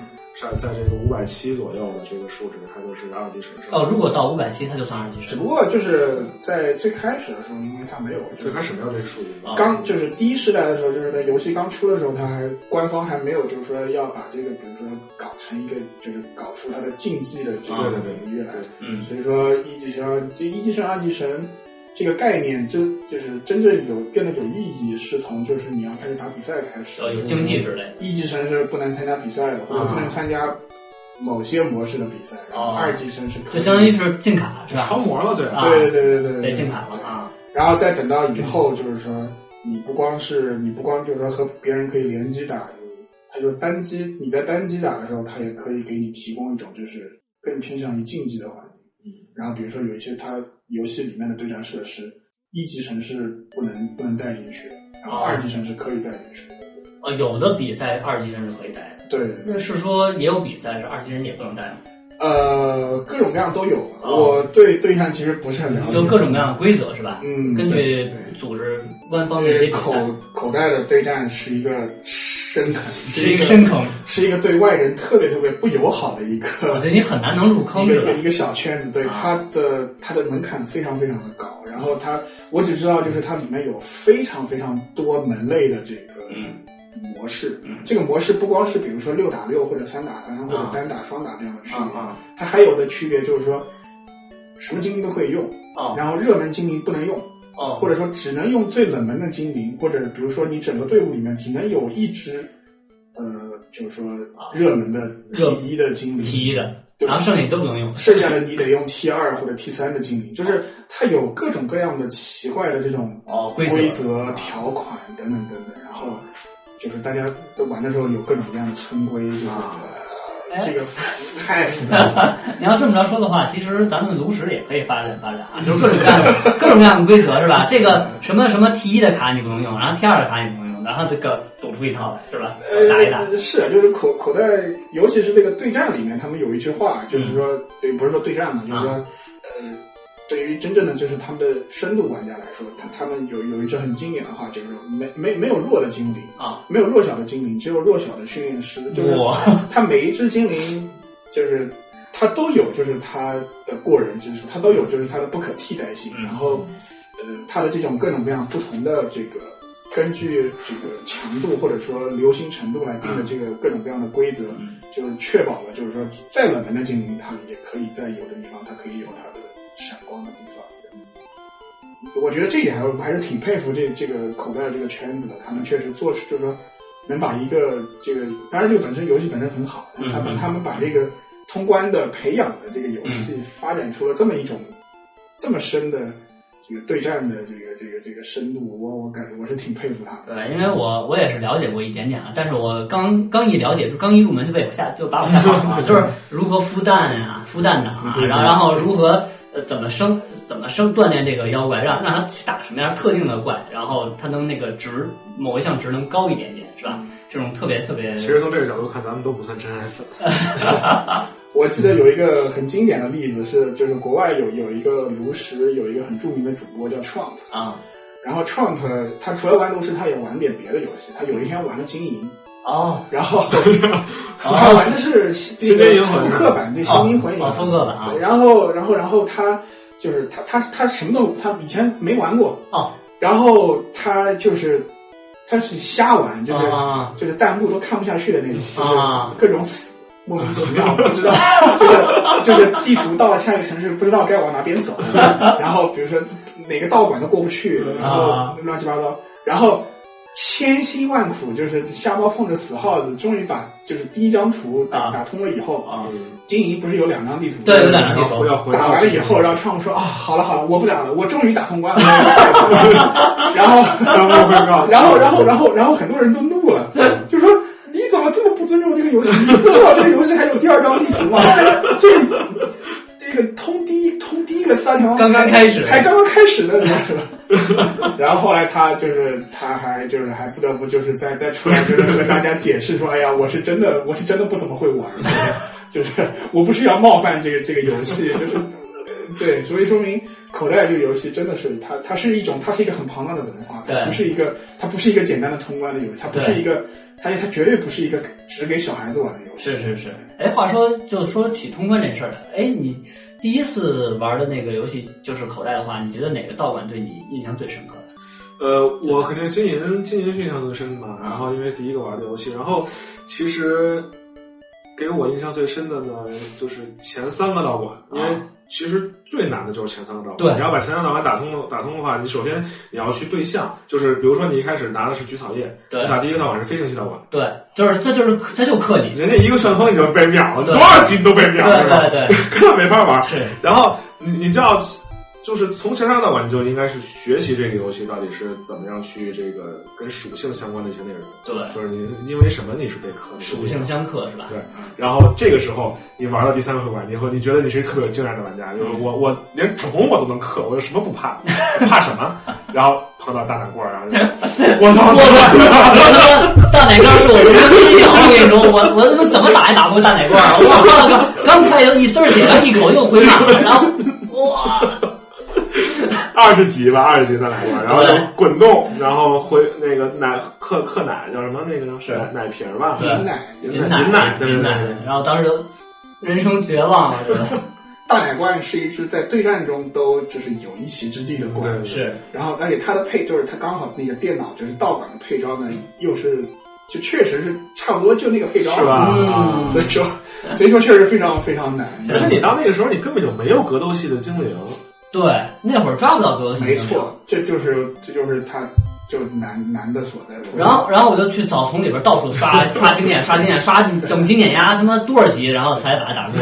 B: 上在这个五百七左右的这个数值，它就是二级神兽。
A: 哦，如果到五百七，它就算二级
C: 只
A: 神
C: 不过就是在最开始的时候，因为它没有，
B: 最开始没有这个数据吧？
A: 啊
C: 刚就是第一世代的时候，就是在游戏刚出的时候，它还官方还没有就是说要把这个，比如说搞成一个，就是搞出它的竞技的这个
B: 啊
C: 领域来。
A: 嗯，
C: 所以说一级神，就一级神、二级神这个概念真，就是真正有变得有意义，是从就是你要开始打比赛开始。
A: 要啊
B: 嗯
A: 有啊经济之类的。
C: 一级神是不能参加比赛的，或者不能参加某些模式的比赛。然后
A: 哦
C: 二级神是可
A: 就
C: 以，
A: 相当于是禁卡是
B: 超
A: 吧？
B: 模了，对
A: 啊
C: 对对对对对
A: 被
C: 对
A: 禁卡了啊！
C: 然后再等到以后，就是说，你不光是你不光就是说和别人可以联机打，你他就单机，你在单机打的时候，他也可以给你提供一种就是更偏向于竞技的环境。
A: 嗯
C: 然后比如说有一些它游戏里面的对战设施，一级城市不能不能带进去，然后
A: 哦
C: 二级城市可以带进去。
A: 哦，有的比赛二级人是可以带的，
C: 对，
A: 那是说也有比赛是二级人也不能带吗？
C: 呃，各种各样都有。
A: 哦
C: 我对对战其实不是很了解，
A: 就各种各样的规则是吧？
C: 嗯，
A: 根
C: 对
A: 据
C: 对
A: 组织官方的一些
C: 因为
A: 比
C: 口
A: 赛，
C: 口袋的对战是一个深坑，
A: 是一个深坑，
C: 是一个对外人特别特别不友好的一
A: 我
C: 个
A: 觉得你很难能入坑
C: 一
A: 是
C: 个
A: 吧？
C: 一个小圈子，对
A: 啊
C: 它的它的门槛非常非常的高。然后它，我只知道就是它里面有非常非常多门类的这个
A: 嗯
C: 模式
A: 嗯。
C: 这个模式不光是比如说六打六或者三打三或者
A: 啊
C: 单打双打这样的区
A: 啊
C: 别，
A: 啊
C: 它还有的区别就是说，什么精灵都可以用，
A: 哦
C: 然后热门精灵不能用。
A: 哦
C: 或者说只能用最冷门的精灵，或者比如说你整个队伍里面只能有一只，呃，就是说热门的 T
A: 热
C: 一的精灵，
A: ，T 一的，啊
C: 对
A: 然后剩下你都不能用。
C: 剩下的你得用 T 二或者 T 三的精灵，就是它有各种各样的奇怪的这种
A: 哦，规
C: 规则条款等等等等，然后就是大家都玩的时候有各种各样的村规，就是、
A: 啊
C: 呃、这个太复杂了。
A: 你要这么着说的话，其实咱们炉石也可以发展发 展啊，就是各种各样的各种各样的规则是吧？这个什么什么 T 一的卡你不能用，然后 T 二的卡你不能用，然后这个总出一套来是吧？打一打，
C: 呃，是啊，就是口口袋，尤其是那个对战里面，他们有一句话，就是说，对，不是说对战嘛，就是说，呃，对于真正的就是他们的深度玩家来说，他他们有有一句很经典的话，就是说没没没有弱的精灵
A: 啊，
C: 没有弱小的精灵，只有弱小的训练师，就是
A: 我
C: 他每一只精灵，就是他都有就是他的过人之处，他都有就是他的不可替代性，
A: 嗯
C: 然后，呃，他的这种各种各样不同的这个。根据这个强度或者说流行程度来定的这个各种各样的规则，
A: 嗯
C: 就是确保了，就是说再冷门的精灵，它也可以在有的地方，它可以有它的闪光的地方。我觉得这一点还是我还是挺佩服这这个口袋这个圈子的，他们确实做出就是说能把一个这个，当然这个本身游戏本身很好，
A: 嗯
C: 他们
A: 嗯
C: 他们把这个通关的培养的这个游戏发展出了这么一种这么深的这个对战的这个这个这个深度，我我感我是挺佩服他的。
A: 对，因为我我也是了解过一点点啊，但是我刚刚一了解，就刚一入门就被我吓，就把我吓跑 了，就是如何孵蛋啊，孵蛋的啊，然后然后如何呃怎么生怎么生锻炼这个妖怪，让让它去打什么样特定的怪，然后它能那个值某一项值能高一点点，是吧？这种特别特别，
B: 其实从这个角度看，咱们都不算真爱 粉。
C: 我记得有一个很经典的例子是，就是国外有有一个炉石有一个很著名的主播叫 Trump，
A: 啊
C: 然后 Trump 他除了玩炉石，他也玩点别的游戏。他有一天玩了经营，
A: 哦
C: 然后他
A: 哦
C: 玩的是
B: 新
C: 这
B: 天
C: 个
B: 银魂
C: 复刻版，对《
A: 哦
C: 新英魂》
A: 哦，风格版啊
C: 对，然后然后然后他就是他他他什么都他以前没玩过
A: 哦，
C: 然后他就是他是瞎玩，就是
A: 啊
C: 就是弹幕都看不下去的那种，
A: 啊
C: 就是各种死，莫名其妙，不知道，就是就是地图到了下一个城市，不知道该往哪边 走，然后比如说哪个道馆都过不去，然
A: 啊
C: 后乱七八糟，然后千辛万苦，就是瞎猫碰着死耗子，终于把就是第一张图打、
A: 啊
C: 打通了以后，
A: 啊
C: 金银不是有两张地图，
A: 对有两张
B: 然后要回
C: 打
B: 到
C: 完了以后，然后创说啊，好了好了，我不打了，我终于打 通关了，然后。
B: 弹幕会
A: 啊
B: 告，
C: 然后，然后，然后，然后很多人都怒了，就说你怎么这么不尊重这个游戏？你不知道这个游戏还有第二张地图吗？ 这个这个通第一通第一个三条
A: 刚刚开始
C: 才刚刚开始呢，你知道吗 然后后来他就是他还就是还不得不就是再再出来就是和大家解释说，哎呀，我是真的我是真的不怎么会玩，就是我不是要冒犯这个这个游戏，就是。对，所以说明口袋这个游戏真的是它，它是一种，它是一个很庞大的文化，它
A: 对
C: 不是一个，它不是一个简单的通关的游戏，它不是一个它它绝对不是一个只给小孩子玩的游
A: 是
C: 戏。
A: 是是。哎，话说就说起通关这事儿来，哎，你第一次玩的那个游戏就是口袋的话，你觉得哪个道馆对你印象最深刻？
B: 呃，我肯定金银金银是印象最深的吧，然后因为第一个玩的游戏，然后其实给我印象最深的呢，就是前三个道馆，因为其实最难的就是前三个道馆。
A: 对
B: 你要把前三个道馆打通的打通的话，你首先你要去对象，就是比如说你一开始拿的是菊草叶，
A: 对
B: 你打第一个道馆是飞行系道馆，
A: 对，就是他就是他就克你，
B: 人家一个旋风你就被秒了，你
A: 对
B: 多少级你都被
A: 对
B: 秒了，是吧
A: 对对，
B: 根本没法玩。
A: 是
B: 然后你你就要就是从前上到晚，你就应该是学习这个游戏到底是怎么样去这个跟属性相关的一些内容。
A: 对
B: 就是你因为什么你是被克的
A: 属性。相克是吧？
B: 对然后这个时候你玩到第三个会馆，你会你觉得你是一个特别有经验的玩家，就是我我连虫我都能克，我有什么不怕？ 怕什么？然后碰到大胆棍儿，然后就我操！
A: 我他妈大奶罐是我的基友，我跟你说，我我他妈怎么打也打不过大奶罐儿，我操刚刚快又一丝儿血，然后一口又回满了，然 后哇，
B: 二十级吧，二十级再来过，然后
A: 对
B: 就滚动，然后回那个奶克克奶叫什么那个是奶瓶儿吧？
A: 对
C: 银奶
B: 银
A: 云
B: 奶
A: 奶
B: 银奶对对
A: 云
B: 对
A: 奶
B: 对，，
A: 然后当时就人生绝望了， 对吧？
C: 大奶罐是一只在对战中都就是有一席之地的
B: 对
C: 罐，
B: 对
A: 是
C: 然后而且它的配就是它刚好那个电脑就是道馆的配招呢，又是就确实是差不多就那个配招
B: 是吧？
A: 嗯
B: 啊
C: 所以说 所以说确实非常非常难。
B: 可是你到那个时候，你根本就没有格斗系的精灵，
A: 对，那会儿抓不到格斗系，
C: 没。错，这就是这就是它就难难的所在。
A: 然后，然后我就去草丛里边到处刷刷经验，刷经验，刷等级碾压他妈多少级，然后才把他打过。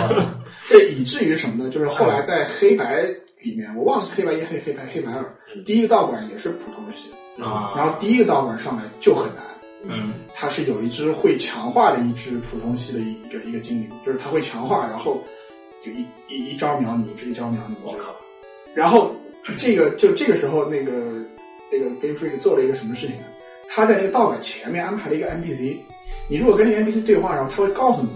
C: 这以至于什么呢？就是后来在黑白里面，我忘了是黑白一、黑黑白黑白二
B: 嗯，
C: 第一个道馆也是普通游戏，然
A: 啊，
C: 后第一个道馆上来就很难。
A: 嗯，
C: 它是有一只会强化的一只普通系的一个一个精灵，就是它会强化，然后就一一一招秒你一只，一招秒你一
A: 我
C: 只。
A: 靠，
C: 然后这个就这个时候，那个那个 Game Freak 做了一个什么事情呢？他在那个道馆前面安排了一个 NPC，你如果跟那个 NPC 对话，然后他会告诉你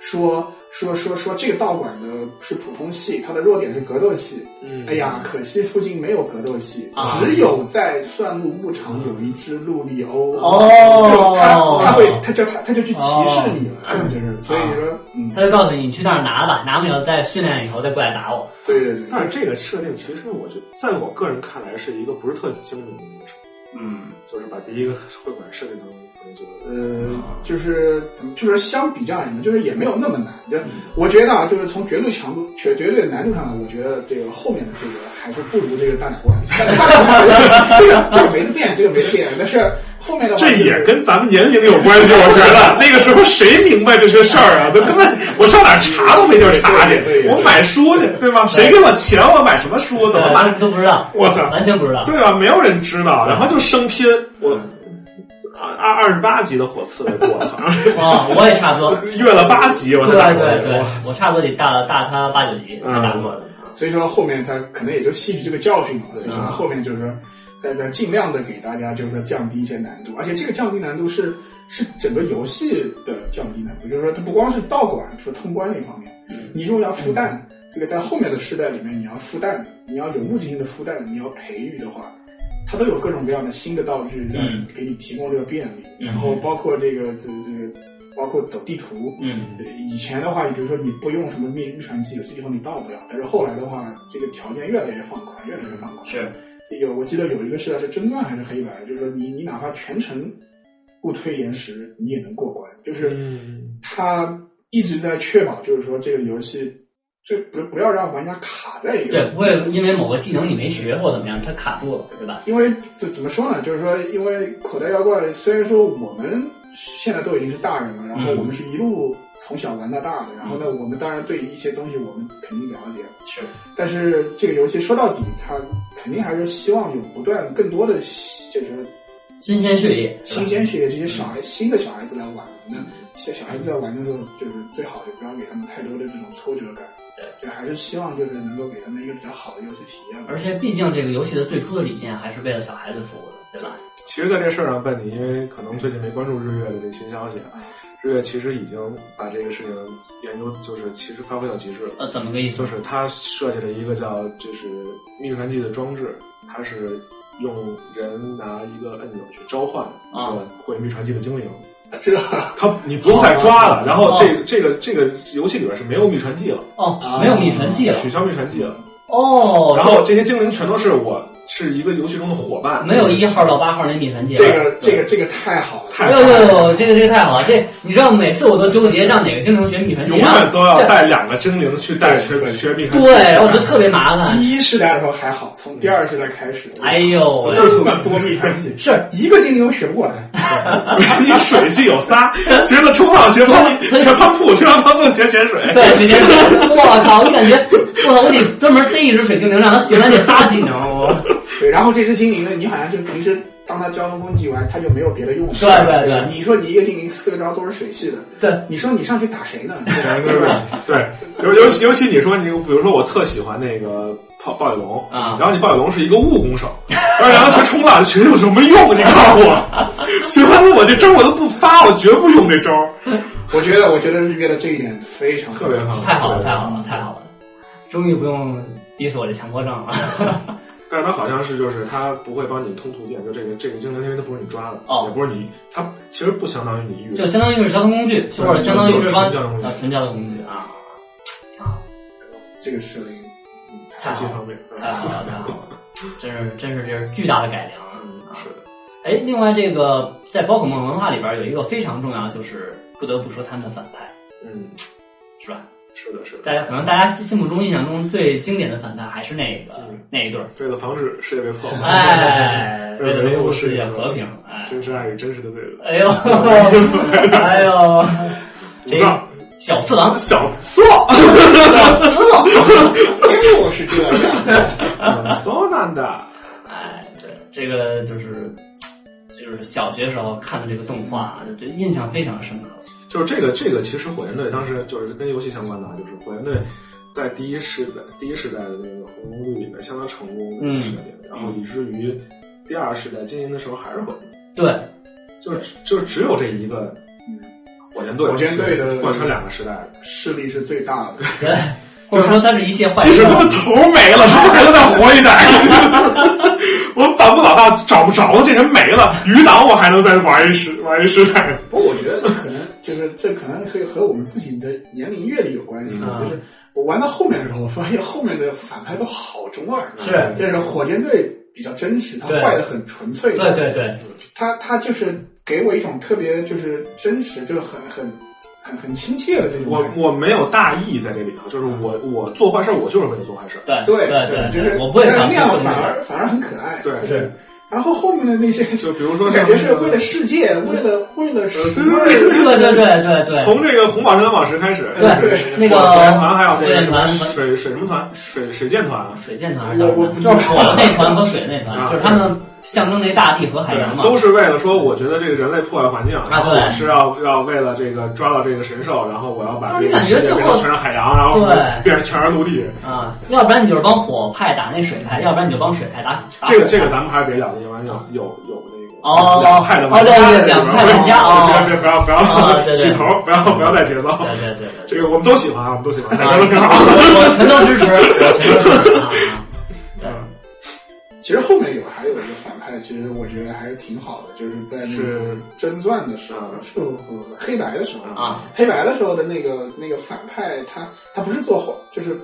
C: 说说说说这个道馆的是普通系，它的弱点是格斗系，
B: 嗯
C: 哎呀，可惜附近没有格斗系，
A: 啊
C: 只有在算木牧场有一只路利欧。
A: 哦
C: 就他他会他就他他就去歧视你了，
B: 哦
C: 就是所以说，嗯，
A: 他就告诉你，你去那儿拿吧，拿不了再训练以后再过来打我。
C: 对对对，
B: 但是这个设定其实我觉得，在我个人看来是一个不是特精明的一个设定，
A: 嗯，
B: 就是把第一个会馆设定成一个
C: 呃，就是怎么，就是相比较而言，就是也没有那么难。就
B: 嗯
C: 我觉得啊，就是从绝对强度、绝绝对难度上来，我觉得这个后面的这个还是不如这个大奶罐。但但这个这个没得变，这个没得变。但是后面的话
B: 这
C: 就是
B: 也跟咱们年龄有关系，我觉 得那个时候谁明白这些事儿啊？都根本我上哪儿查都没地儿查去
C: 对对，对
B: 我买书去，对吧？谁给我钱，我买什么书，怎么
A: 对
B: 买？
C: 哎
A: 都不知道，
B: 我操，
A: 完全不知 道。
B: 对吧？没有人知道，然后就生拼，我
C: 嗯
B: 二二二十八级的火刺我过了，好像
A: 啊，我也差不多。
B: 是越了八级，我
A: 对
B: 才打过
A: 对
B: 去
A: 对，我差不多得大大他八九级才打过的。
C: 所以说后面他可能也就吸取这个教训了，所以
A: 啊
C: 说他后面就是说在在尽量的给大家就是说降低一些难度，而且这个降低难度是是整个游戏的降低难度，就是说它不光是道馆说通关这方面，
A: 嗯
C: 你如果要孵蛋，这个在后面的世代里面你要孵蛋，你要有目的性的孵蛋，你要培育的话。它都有各种各样的新的道具，让
A: 嗯
C: 给你提供这个便利，
A: 嗯
C: 然后包括这个这个这个，包括走地图，
A: 嗯，
C: 呃以前的话，你比如说你不用什么秘秘传器，有些地方你到不了。但是后来的话，这个条件越来越放宽，越来越放宽。
A: 是
C: 有我记得有一个时代是真钻还是黑白，就是说你你哪怕全程不推延时，你也能过关。就是
B: 嗯，
C: 它一直在确保，就是说这个游戏就不不要让玩家卡在一个
A: 对，不会因为某个技能你没学或怎么样，他卡住了，对吧？
C: 因为就怎么说呢，就是说，因为口袋妖怪虽然说我们现在都已经是大人了，然后
A: 嗯
C: 我们是一路从小玩到大的，然后呢，我们当然对一些东西我们肯定了解，
A: 是
C: 但是这个游戏说到底，它肯定还是希望有不断更多的就是
A: 新鲜血液，是吧
C: 新鲜血液，这些小孩新的小孩子来玩。那小小孩子在玩的时候，就是最好就不要给他们太多的这种挫折感。
A: 对，
C: 就还是希望就是能够给他们一个比较好的游戏体验吧。
A: 而且毕竟这个游戏的最初的理念还是为了小孩子服务的，对吧？
B: 其实，在这事儿上，笨你因为可能最近没关注日月的这新消息啊，日月其实已经把这个事情研究，就是其实发挥到极致了。
A: 呃，怎么个意思
B: 就？是他设计了一个叫就是密室传递的装置，它是用人拿一个按钮去召唤一
A: 啊
B: 个会密传递的精灵，
C: 啊这
B: 它你不用再抓了。然后
A: 啊
B: 这这个这个游戏里边是没有秘传技了，
A: 哦，没有密传技了，
B: 取消秘传技了。
A: 哦，
B: 啊然后这些精灵全都是我是一个游戏中的伙伴，
A: 没有一号到八号那密传技
C: 这
A: 了。
C: 个这个这个太好了，
B: 太
A: 哎呦呦呦，这个这个太好了！这你知道，每次我都纠结让哪个精灵学密传技，
B: 永
A: 然后
B: 远都要带两个精灵去带学
C: 对对
B: 学秘传技。
A: 对，我觉得特别麻烦。
C: 第一时代的时候还好，从第二时代开始，
A: 哎呦， 我
C: 这么多秘传技，
A: 是
C: 一个精灵都学不过来。
B: 你水系有仨，学了冲浪，学攀学攀瀑，学完攀瀑学潜水。
A: 对，直接我靠！我感觉我操，我得专门逮一只水精灵，让他学完这仨技能。我
C: 对，然后这只精灵呢，你好像就平时当它交通工具玩，它就没有别的用了。
A: 对对对
C: 吧你说你一个精灵四个招都是水系的，
A: 对，
C: 你说你上去打谁呢？
B: 对对，尤尤其尤其你说你，比如说我特喜欢那个暴暴雨龙
A: 啊
B: 然后你暴雨龙是一个务 工手，然后让他学冲浪，学有什么用？你告诉我，学完了我这招我都不发，我绝不用这招，
C: 我觉得，我觉得日月的这一点非常
B: 特别
C: 好。
B: 好，
A: 太好了，太好了，太好了！终于不用 diss 我这强迫症了。
B: 但是它好像是就是它不会帮你通途径，就这个这个精灵，因为它不是你抓的，
A: 哦
B: 也不是你，它其实不相当于你遇
A: 就
B: 的，
A: 相当于是交通工具，
B: 对
A: 或者相当于是帮
B: 就是纯交通工具
A: 啊纯交通工具啊，挺好，
C: 这个设定，
A: 太
B: 这些
A: 好了，
B: 方面，
A: 太好了，太好了，真是真是这是巨大的改良啊！
B: 嗯，是的，
A: 哎，另外这个在宝可梦文化里边有一个非常重要，就是不得不说他们的反派
B: 嗯，
A: 是吧？
B: 是的，是的。
A: 大家可能大家心心目中印象中最经典的反派还是那个、
B: 嗯
A: 那一对儿，
B: 为了防止世界被破坏，
A: 哎，为
B: 为
A: 了
B: 了
A: 维
B: 维
A: 护
B: 护
A: 世
B: 世
A: 界
B: 界
A: 和平，哎，
B: 真实爱与真实的罪恶，
A: 哎呦，哎呦，
B: 不让
A: 小次郎，
B: 小 嗯骚
A: 小次郎，
C: 就是这样。
B: 骚男的，
A: 哎，对，这个就是就是小学时候看的这个动画，啊就印象非常深刻。
B: 就是这个这个，其实火箭队当时就是跟游戏相关的，啊，就是火箭队在第一世代第一世代的那个红红绿里面相当成功的一个设定，
A: 嗯
B: 然后以至于第二世代经营的时候还是火箭队，
A: 对，
B: 就是就只有这一个
A: 嗯
B: 火箭队，
C: 火箭队的
B: 贯穿两个时代的，
C: 势力是最大的，
A: 对，或者说它是一切坏
B: 即使
A: 人
B: 他。们头没了，他们还能再活一代。 我们板斧老大找不着了，这人没了，余党我还能再玩一时玩一时代。
C: 不过我觉得可能就是这可能会和我们自己的年龄阅历有关系。
A: 嗯
C: 就是我玩到后面的时候，我发现后面的反派都好中二，
A: 是
C: 但是火箭队比较真实，
A: 嗯
C: 它
A: 对
C: 坏的很纯粹，
A: 对对对，
C: 他他就是给我一种特别就是真实，就是很很很很亲切的这种
B: 我
C: 感觉。
B: 我没有大义在这里头，就是我我做坏事，我就是为了做坏事。
A: 对
C: 对
A: 对
C: 就是
A: 我不会
C: 但
A: 想
C: 是那
A: 去
C: 样
A: 做
C: 反
A: 那
C: 而反而很可爱。
B: 对
C: 就是是然后后面的那些，
B: 就比如说，呃
C: 感觉是为了世界，为了为
A: 呃
C: 了什么？
A: 对对对对对，
B: 从这个红宝石蓝宝石开始，
A: 对那个
B: 火焰团还有那
A: 对
B: 个什么
A: 蓝
B: 水水什么团，水水箭团，
A: 水箭团还是叫什么
C: 我我不知道
A: 火那团和水那团，
B: 啊
A: 就是他们象征那大地和海洋嘛。啊
B: 都是为了说，我觉得这个人类破坏环境，然后
A: 对
B: 我是要要为了这个抓到这个神兽，然后我要把
A: 就是
B: 这
A: 你
B: 个
A: 感觉
B: 世界
A: 最
B: 变
A: 后
B: 成全是海洋，然后
A: 对
B: 变成全是陆地。
A: 啊，要不然你就是帮火派打那水派，要不然你就帮水派打打
B: 这个
A: 火
B: 这个
A: 派
B: 咱们还是别聊了，要不然有有有那个
A: 啊哦
B: 两派的
A: 哦对 对两派玩家哦
B: 别别不要不要
A: 哦对对嗯
B: 起头，不要不要带节奏。
A: 对对对对，
B: 这个我们都喜欢啊，我们都喜欢，大
A: 啊
B: 家都挺好。
A: 我我全都支持，我全都支持啊！对
C: 其实后面有还有一个反派，其实我觉得还是挺好的，就是在那 个
B: 是
C: 真传的时候，是呃黑白的时候，
A: 啊，
C: 黑白的时候的那个那个反派，他他不是做坏，就是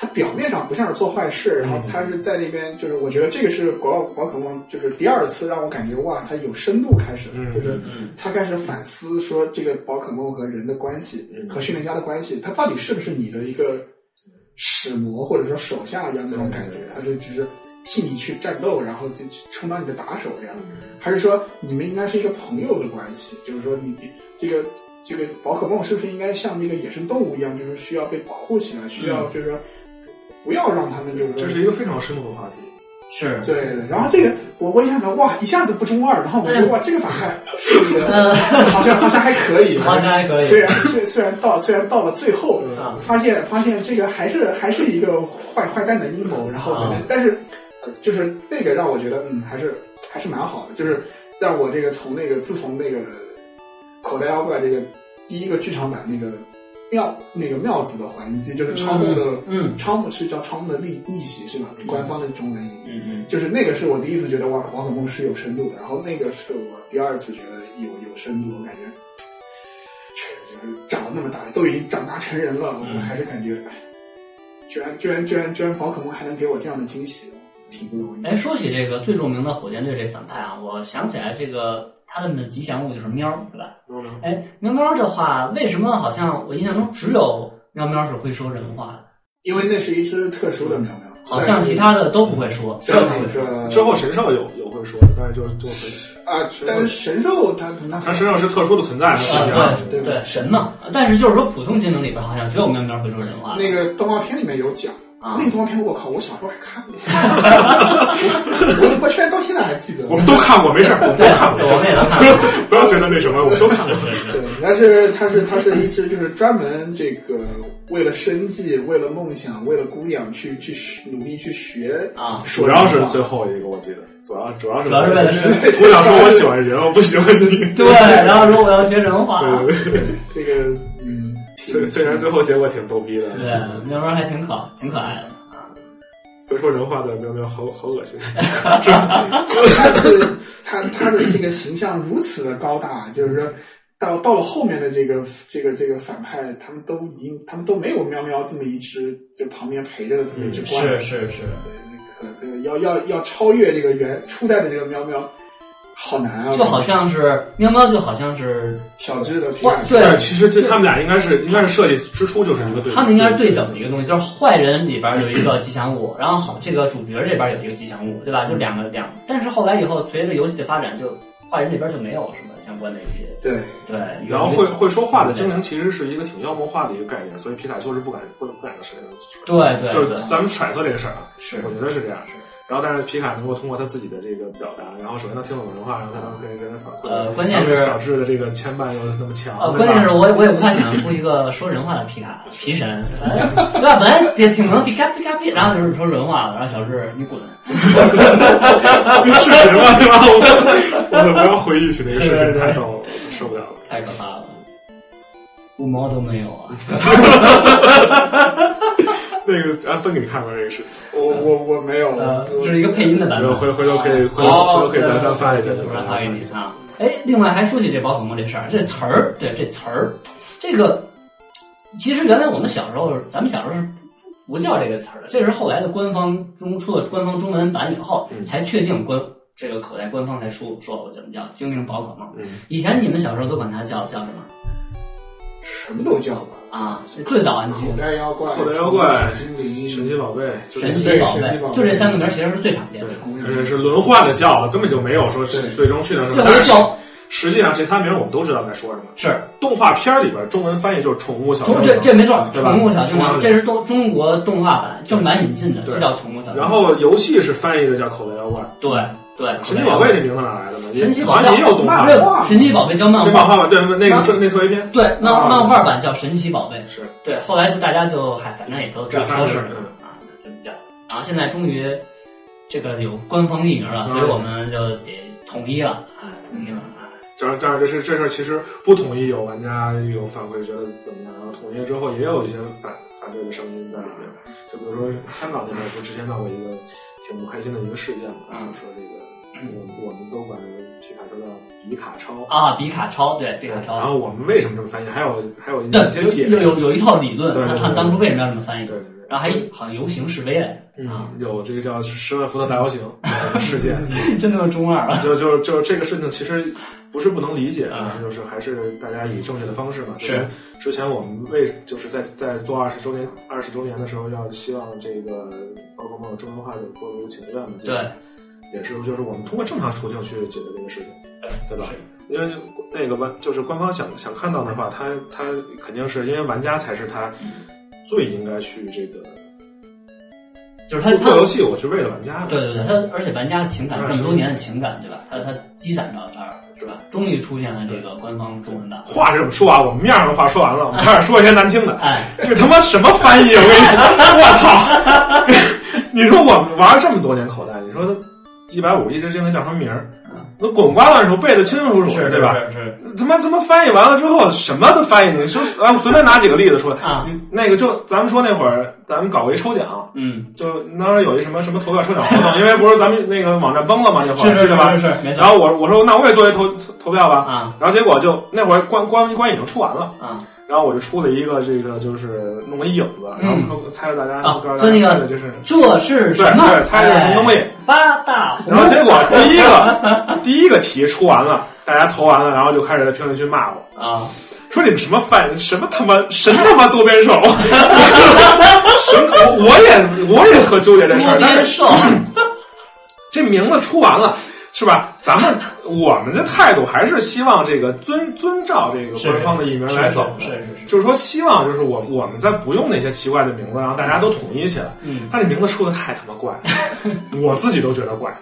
C: 他表面上不像是做坏事，然后
B: 嗯
C: 他是在那边，就是我觉得这个是宝宝可梦，就是第二次让我感觉哇，他有深度开始了，
B: 嗯
C: 就是他开始反思说这个宝可梦和人的关系、
B: 嗯
C: 和训练家的关系，他到底是不是你的一个使魔或者说手下一样的那种感觉，他是只是替你去战斗，然后就去充当你的打手这样。还是说你们应该是一个朋友的关系？就是说你这这个这个宝可梦是不是应该像这个野生动物一样，就是需要被保护起来，需要就是说不要让他嗯们就是说
B: 这是一个非常深度的话题。
A: 是，
C: 对对对。然后这个我我一下想哇，一下子不中二，然后我觉得哇，这个反派是一个
A: 嗯，
C: 好像好像还可以，
A: 好像还可以
C: 虽然虽虽然到虽然到了最后，
A: 啊
C: 发现发现这个还是还是一个坏坏蛋的阴谋，然后
A: 啊
C: 反正但是呃就是那个让我觉得嗯还是还是蛮好的，就是让我这个从那个自从那个口袋妖怪这个第一个剧场版那个妙那个妙子的还击，就是超梦的、
A: 嗯
C: 超梦是叫超梦的逆逆袭是吧？官方的中文译名。
A: 嗯嗯，
C: 就是那个是我第一次觉得哇，宝可梦是有深度的，然后那个是我第二次觉得有有深度，我感觉，确实就是长了那么大，都已经长大成人了，我还是感觉，哎，居然居然居然居然宝可梦还能给我这样的惊喜，挺不容易。
A: 哎，说起这个最著名的火箭队这反派啊，我想起来这个他们的吉祥物就是喵，对吧？
B: 嗯，
A: 哎，喵喵的话，为什么好像我印象中只有喵喵是会说人话的，
C: 因为那是一只特殊的喵喵，
A: 好像其他的都不会说，
C: 在
A: 都
C: 那
A: 不会说。
C: 个
B: 之后神兽有有会说，但是就就很，
C: 啊，但是神兽它它
B: 它身上是特殊的存在，它是
A: 啊
B: 这样
C: 对
A: 对神嘛，但是就是说普通精灵里边好像只有喵喵会说人话
C: 那个动画片里面有讲，
A: 啊
C: 那个动画片我靠，我小时候还看过， 我我居然到现在还记得。
B: 我们都看过，没 事儿，我们都
A: 对，
B: 看过，
A: 我们也能看到。
B: 不要觉得那什么，我们都 看过。
C: 对，但是它是它是一只就是专门这个为了生计、为了梦想、为了姑娘去去学努力去学
A: 啊
B: 主
C: 说人
B: 要
C: 话，
B: 是最后一个，我记得，主要主要是
A: 主要是为了生
C: 对
B: 我想说，我喜欢人，我不喜欢你。
A: 对，然后说我要学人话，
B: 对对对，
C: 这个嗯，
B: 虽虽然最后结果挺逗逼的，
A: 对，喵喵还挺可挺可爱的啊。
B: 会说人话的喵喵好好 恶心。
C: 他的他他的这个形象如此的高大，就是说到到了后面的这个这个这个反派，他们都已经他们都没有喵喵这么一只就旁边陪着的这么一
B: 嗯
C: 只怪。
A: 是是是，
C: 对，这个要要要超越这个原初代的这个喵喵，好难啊！
A: 就好像是喵喵，就好像是
C: 小智的皮
A: 哇
C: 卡丘，
B: 但
A: 对，
B: 是其实这他们俩应该是应该是设计之初就是一个对，
A: 他们应该是对等的一个东西，就是坏人里边有一个吉祥物，然后好这个主角这边有一个吉祥物，对
B: 嗯
A: 吧？就两个两，但是后来以后随着游戏的发展就。坏人这边就没有什么相关的一些
C: 对，
A: 对，
B: 然后会会说话的精灵其实是一个挺妖魔化的一个概念，所以皮卡丘是不敢不不敢使用。
A: 对对
B: 就
A: 对
B: 是咱们揣测这个事儿啊，
A: 是
B: 我觉得是这样。然后，但是皮卡能够通过他自己的这个表达，然后首先他听懂人话，然后他能可以跟人反馈。
A: 呃，关键
B: 然后
A: 是
B: 小智的这个牵绊又那么强，
A: 呃，
B: 对
A: 关
B: 吧
A: 键 是我我也无法想象出一个说人话的皮卡皮神，对吧？本来也挺能皮卡皮卡皮，然后就是说人话了，然后小智你滚，
B: 视频嘛，对吧？我我不要回忆起那个视
A: 对对
B: 频，
A: 对
B: 太逗了，受不了了。
A: 太可怕了，五毛都没有啊！
B: 那个安芬给你看过这个视频，
C: 我我我没有，
A: 呃，
C: 我
A: 嗯这是一个配音的版
B: 然后
A: 本。
B: 回回头可以回头回头
A: 哦，
B: 可以咱咱发一下，
A: 突然发给你啊。哎，另外还说起这宝可梦这事儿，这词儿，对这词儿，这个其实原来我们小时候，咱们小时候是不不叫这个词儿的，这是后来的官方中出了官方中文版以后
B: 嗯
A: 才确定官这个口袋官方才说说我怎么叫精灵宝可梦。
B: 嗯，
A: 以前你们小时候都管它叫叫什么
C: 什么都叫吧，
A: 啊？最早啊，你记
C: 口
A: 得
C: 袋妖怪、
B: 口袋妖怪
C: 小精灵、
B: 神奇宝贝，就是
A: 神奇
C: 对
A: 宝
C: 神奇宝
A: 贝，
C: 贝
A: 就这三个名儿其实是最常见
B: 对
A: 的。，
B: 而且是轮换的叫的，根本就没有说是
C: 对
B: 最终去到什
A: 这
B: 么。
A: 回
B: 但是
A: 叫
B: 实际上这仨名儿我们都知道在说什么。
A: 是
B: 动画片儿里边中文翻译就是宠物小精
A: 宠
B: 灵
A: 对，这没错，
B: 对吧
A: 宠物小精
B: 宠物小
A: 灵，
B: 精
A: 这是动中国动画版正版引进的，
B: 对
A: 就叫宠物小精灵。
B: 然后游戏是翻译的叫口袋妖怪，
A: 对对，
B: 神奇宝贝这名字哪来的呢？
A: 神奇宝贝
B: 好像也有动画
C: 漫
B: 版，
C: 画
A: 神奇宝贝叫漫
B: 那漫
A: 画，
B: 画版对那个正那特别篇
A: 对漫
C: 啊
A: 漫画版叫神奇宝贝，
B: 是
A: 对，后来就大家就嗨，反正也都知道说是
B: 这仨嗯名
A: 啊，就这么叫。然后现在终于这个有官方译名了，
B: 嗯嗯
A: 所以我们就得统一了，哎，统一了。哎
B: 就是，但是这事这事儿其实不统一，有玩家有反馈觉得怎么样，然后统一了之后也有一些反反对的声音在里面。就比如说香港那边不之前闹过一个挺不开心的一个事件
A: 嗯
B: 嘛，就说这个我我们都管皮卡丘叫比卡超，
A: 啊，比卡超，对，比卡
B: 嗯然
A: 超，
B: 后我们为什么这么翻译？还有还有一些
A: 对，
B: 解
A: 有
B: 释，
A: 有有一套理
B: 对
A: 论，他
B: 对
A: 他
B: 对
A: 当初为什么要这么翻
B: 对
A: 译？
B: 对
A: 然后还好像游行示 威来
B: 对，
A: 啊
B: 嗯，有这个叫十万伏特大游行的事 件，啊
A: 着，真他妈中二了。
B: 就就就这个事情其实不是不能理解，
A: 啊
B: 但是就是还是大家以正确的方式嘛。
A: 是
B: 之前之前我们为就是在在做二十周年二十周年的时候，要希望这个宝可梦中文化有做一个请愿嘛，这
A: 对
B: 个，也是就是我们通过正常途径去解决这个事情，
A: 对
B: 对吧
A: 是？
B: 因为那个玩就是官方想想看到的话，他他肯定是因为玩家才是他
A: 嗯
B: 最应该去这个
A: 就是他他
B: 做游戏，我是为了玩家的。
A: 对对对，他而且玩家的情感这么多年的情感，对吧？他他积攒到这儿是吧？终于出现了这个官方中文版。
B: 话是这么说啊，我们面上的话说完了，我们开始说一些难听的。
A: 哎，
B: 这他妈什么翻译？我跟你说， 我操！ 你说我们玩了这么多年口袋，你说一百五一只精灵叫什么名儿
A: 嗯？
B: 那那滚瓜烂熟背得清清楚楚，
A: 是
B: 对吧？？
A: 是是
B: 怎么怎么翻译完了之后什么都翻译？你说啊，我随便拿几个例子说，
A: 啊
B: 你那个就咱们说那会儿，咱们搞过一抽奖，
A: 嗯，
B: 就当时有一什么什么投票抽奖活动，因为不是咱们那个网站崩了吗？那会
A: 是
B: 儿记
A: 是
B: 得吧？
A: 是是，没
B: 然
A: 错
B: 后我我说那我也做一投投票吧，
A: 啊
B: 然后结果就那会儿关关关已经出完了，
A: 啊
B: 然后我就出了一个这个就是弄了一影子，然后猜着大家
A: 啊
B: 告诉
A: 就那个
B: 大家就是
A: 这是
B: 对
A: 什么？哎
B: 对，猜的是什么东西？
A: 八大红
B: 然后结果第 一个第一个题出完了，大家投完了，然后就开始在评论区骂我。
A: 啊，
B: 说你们什么犯什么他妈神他妈多边手， 什么我我也我也特纠结 这事
A: 多
B: 儿，但
A: 边
B: 是
A: 兽，
B: 这名字出完了。是吧？咱们我们的态度还是希望这个遵遵照这个
A: 是
B: 官方的译名来走的，
A: 是是是是，
B: 就是说希望就是我我们在不用那些奇怪的名字，然后大家都统一起来。
A: 嗯，
B: 但这名字出的太他妈怪了，我自己都觉得怪，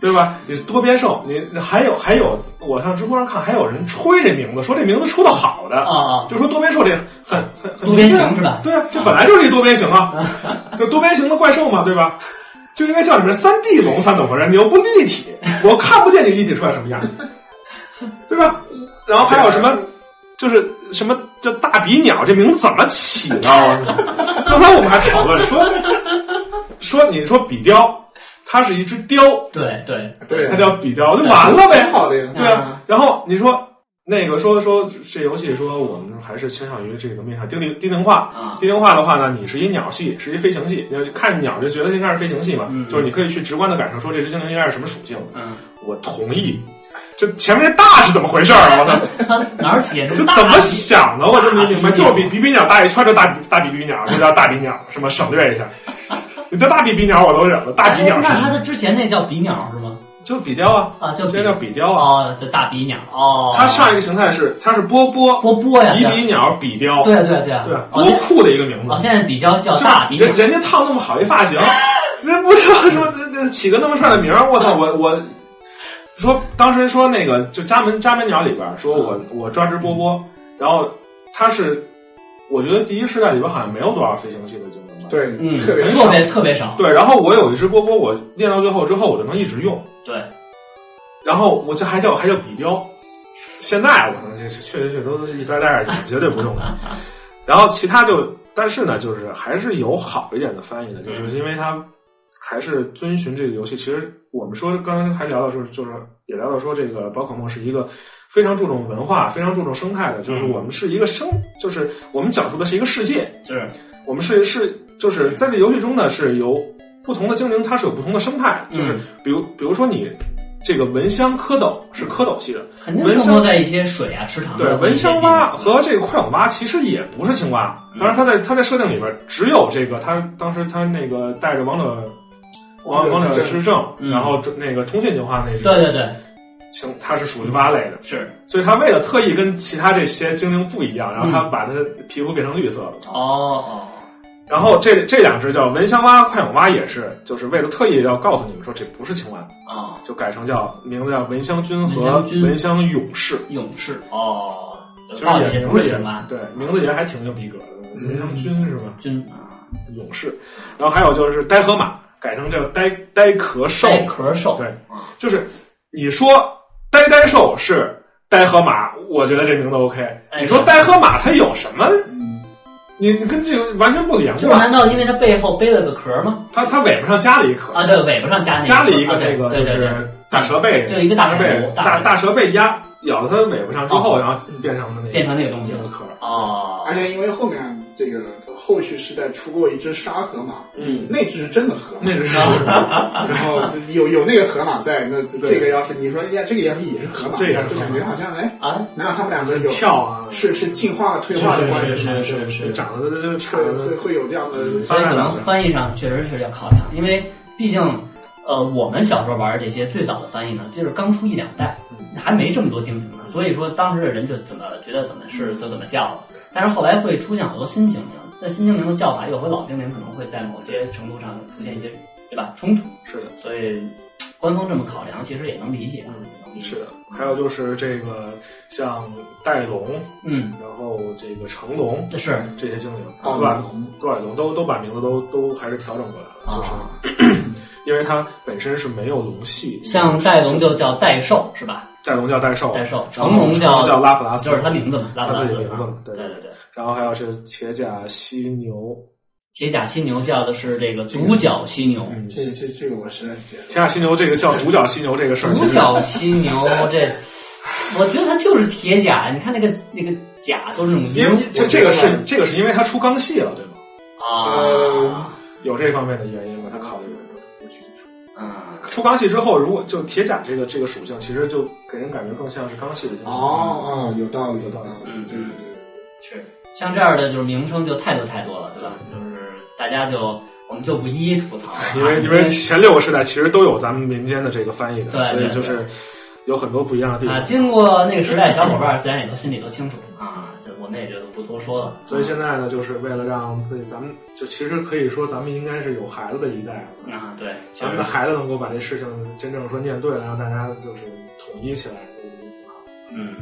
B: 对吧？你多边兽，你还有还有，我上知乎上看还有人吹这名字，说这名字出的好的，
A: 啊啊，
B: 就说多边兽这很很很
A: 多边形是吧？
B: 对啊，这本来就是一多边形啊，就多边形的怪兽嘛，对吧？就应该叫你们三 D 龙三怎么着？你又不立体，我看不见你立体出来什么样，对吧？然后还有什么，就是什么叫大鼻鸟这名字怎么起的？刚才我们还讨论说说你说比雕，它是一只雕，
A: 对对，啊
C: 对
B: 它叫比雕，就完了呗
C: 挺。好的呀。
B: 对啊，然后你说那个说说这游戏说我们还是倾向于这个面向低龄低龄化。
A: 啊，
B: 低龄化的话呢，你是一鸟系，是一飞行系，就是看鸟就觉得应该是飞行系嘛，
A: 嗯
B: 就是你可以去直观的感受说这只精灵应该是什么属性。
A: 嗯，
B: 我同意。这前面那大是怎么回事儿啊？我操，
A: 他哪儿解
B: 这
A: 这
B: 怎么想的？我真没明白。
A: 大比
B: 就是比比比鸟大一圈就大比大比比鸟，就叫大比鸟，什么省略一下。你的大比比鸟我都忍了，大比鸟
A: 哎
B: 是
A: 那他的之前那叫比鸟是吗？
B: 就是比雕啊，
A: 啊，叫
B: 这
A: 比
B: 叫比雕啊。
A: 哦，这大比鸟哦，
B: 它上一个形态是它是波波，
A: 波波呀，
B: 比比鸟比雕，
A: 对对对
B: 啊对，啊
A: 哦
B: 多酷的一个名
A: 哦，
B: 字！
A: 现在比较叫
B: 就
A: 大比
B: 人
A: 鸟，
B: 人家烫那么好一 发型，人不知道说这这起个那么帅的名儿，我操！我我说当时说那个就家门家门鸟里边儿说我
A: 嗯
B: 我抓只波波，然后它是我觉得第一世代里边好像没有多少飞行系的精灵吧。
C: 对，
A: 嗯，
C: 特别
A: 特
C: 爽
A: 别特别少，
B: 对，然后我有一只波波，我练到最后之后，我就能一直用。
A: 对，
B: 然后我这还叫还叫比雕，现在啊我能这确实确实都是一边待着，绝对不用的。然后其他就，但是呢，就是还是有好一点的翻译的，就是因为它还是遵循这个游戏。其实我们说刚刚还聊到说，就是也聊到说，这个宝可梦是一个非常注重文化、非常注重生态的，就是
A: 嗯
B: 我们是一个生，就是我们讲述的是一个世界，
A: 是
B: 我们是是就是在这游戏中呢，是由不同的精灵它是有不同的生态，就是
A: 嗯
B: 比如比如说你这个蚊香蝌蚪是蝌蚪系的，
A: 肯定
B: 蚊
A: 生
B: 香
A: 活在一些水啊、池塘
B: 对，
A: 的
B: 蚊
A: 一些
B: 香
A: 地
B: 蛙
A: 方
B: 和这个快泳蛙其实也不是青蛙，
A: 嗯
B: 当然它在它在设定里边只有这个它当时它那个带着王者王王者之证，
A: 嗯
B: 然后这那个通信进化那只
A: 对对对，
B: 青，它是属于蛙类的，
A: 是
B: 所以它为了特意跟其他这些精灵不一样，然后
A: 嗯
B: 它把它皮肤变成绿色了。
A: 哦哦，
B: 然后这这两只叫蚊香蛙、快泳蛙也是，就是为了特意要告诉你们说这不是青蛙，
A: 啊，
B: 就改成叫名字叫蚊香君
A: 蚊
B: 和
A: 香君
B: 蚊香勇士，
A: 勇士哦，就
B: 其实
A: 到底
B: 也
A: 这
B: 名
A: 不是
B: 字也
A: 青蛙
B: 对，名字也还挺有逼格的，蚊香
A: 嗯
B: 君是吧？嗯
A: 君啊，
B: 勇士，然后还有就是呆河马改成叫呆呆壳兽，
A: 呆壳兽
B: 对就是你说呆呆兽是呆河马，我觉得这名字 OK。
A: 哎
B: 你说
A: 对
B: 呆河马它有什么？
C: 嗯，
B: 你你跟这个完全不连
A: 就是
B: 贯，
A: 难道因为它背后背了个壳吗？
B: 它它尾巴上加了一颗，
A: 啊，对，尾巴上加那
B: 加了一个
A: 啊
B: 那
A: 对
B: 个
A: 对
B: 就
A: 对对，
B: 是大蛇背，
A: 就一个大
B: 大蛇
A: 头
B: 背
A: 大
B: 大大蛇被压咬到它的尾巴上之后，然后变成的那
A: 变
B: 个
A: 成那个东西
B: 那个
A: 了
B: 壳儿。哎
A: 哦
C: 而，且因为后面这个后续时代出过一只沙河马，
B: 嗯，
C: 那只是真的河马，
B: 那个是
A: 嗯
C: 然后有有那个河马在，那
B: 对
C: 这个要是你说，哎呀，这个要是也是河马，
B: 这也是
C: 那就
B: 河马
C: 感觉好像哎，
A: 啊，
C: 难道他们两个有
B: 跳啊，
C: 是是进化退化的关
A: 是
C: 系吗？
A: 是是是是，嗯
B: 长得就差
C: 会会
B: 的
C: 会有这样的
A: 所以可能翻译上确实是要考量，因为毕竟。呃，我们小时候玩这些最早的翻译呢，就是刚出一两代，
B: 嗯
A: 还没这么多精灵呢，所以说当时的人就怎么觉得怎么
B: 嗯
A: 是就怎么叫了。但是后来会出现很多新精灵，但新精灵的叫法又和老精灵可能会在某些程度上出现一些对吧冲突，
B: 是的，
A: 所以官方这么考量其实也能理解，也
B: 嗯
A: 能理解
B: 是的。还有就是这个像带龙，
A: 嗯，
B: 然后这个成龙
A: 这是
B: 这些精灵，
A: 哦
C: 暴
B: 对吧？
C: 龙，
B: 多少龙都都把名字都都还是调整过来了，就是
A: 啊，
B: 因为它本身是没有龙系，
A: 像代龙就叫代兽是吧？
B: 代龙叫代兽，
A: 代兽，
B: 然
A: 成
B: 后
A: 龙叫
B: 叫拉普拉斯，
A: 就是他名字嘛，拉普
B: 他
A: 拉
B: 自
A: 斯
B: 己名字
A: 啊，
B: 对
A: 对对对。
B: 然后还有是铁甲犀牛，
A: 铁甲犀牛叫的是这个独角犀牛，
B: 嗯，铁
C: 这这这个我实在是接受。
B: 甲
A: 啊
B: 犀牛这个叫独角犀牛这个事儿，
A: 独角犀牛这，我觉得它就是铁甲。你看那个那个甲都是那种
B: 因
A: 牛
B: 为这这个是这个是因为它出钢系了，对吗？
A: 啊
C: 呃，
B: 有这方面的原因吗？他考虑
C: 不清楚。
A: 嗯，
B: 出钢系之后，如果就铁甲这个这个属性，其实就给人感觉更像是钢系的形状。
C: 哦哦，有道理，有道理。
A: 嗯
C: 对对
A: 是像这样的就是名称就太多太多了，对吧？就是大家就我们就不一一吐槽了，啊
B: 因为因为前六个时代其实都有咱们民间的这个翻译的，
A: 对
B: 所以
A: 对
B: 就是有很多不一样的地
A: 啊，
B: 方。
A: 经过那个时代，小伙伴儿自然也都心里都清楚啊，这我们也就不多说了。
B: 所以现在呢，就是为了让自己，咱们就其实可以说，咱们应该是有孩子的一代了，
A: 啊，对，
B: 咱们的孩子能够把这事情真正说念对了，让大家就是统一起来，这个挺好。
A: 嗯，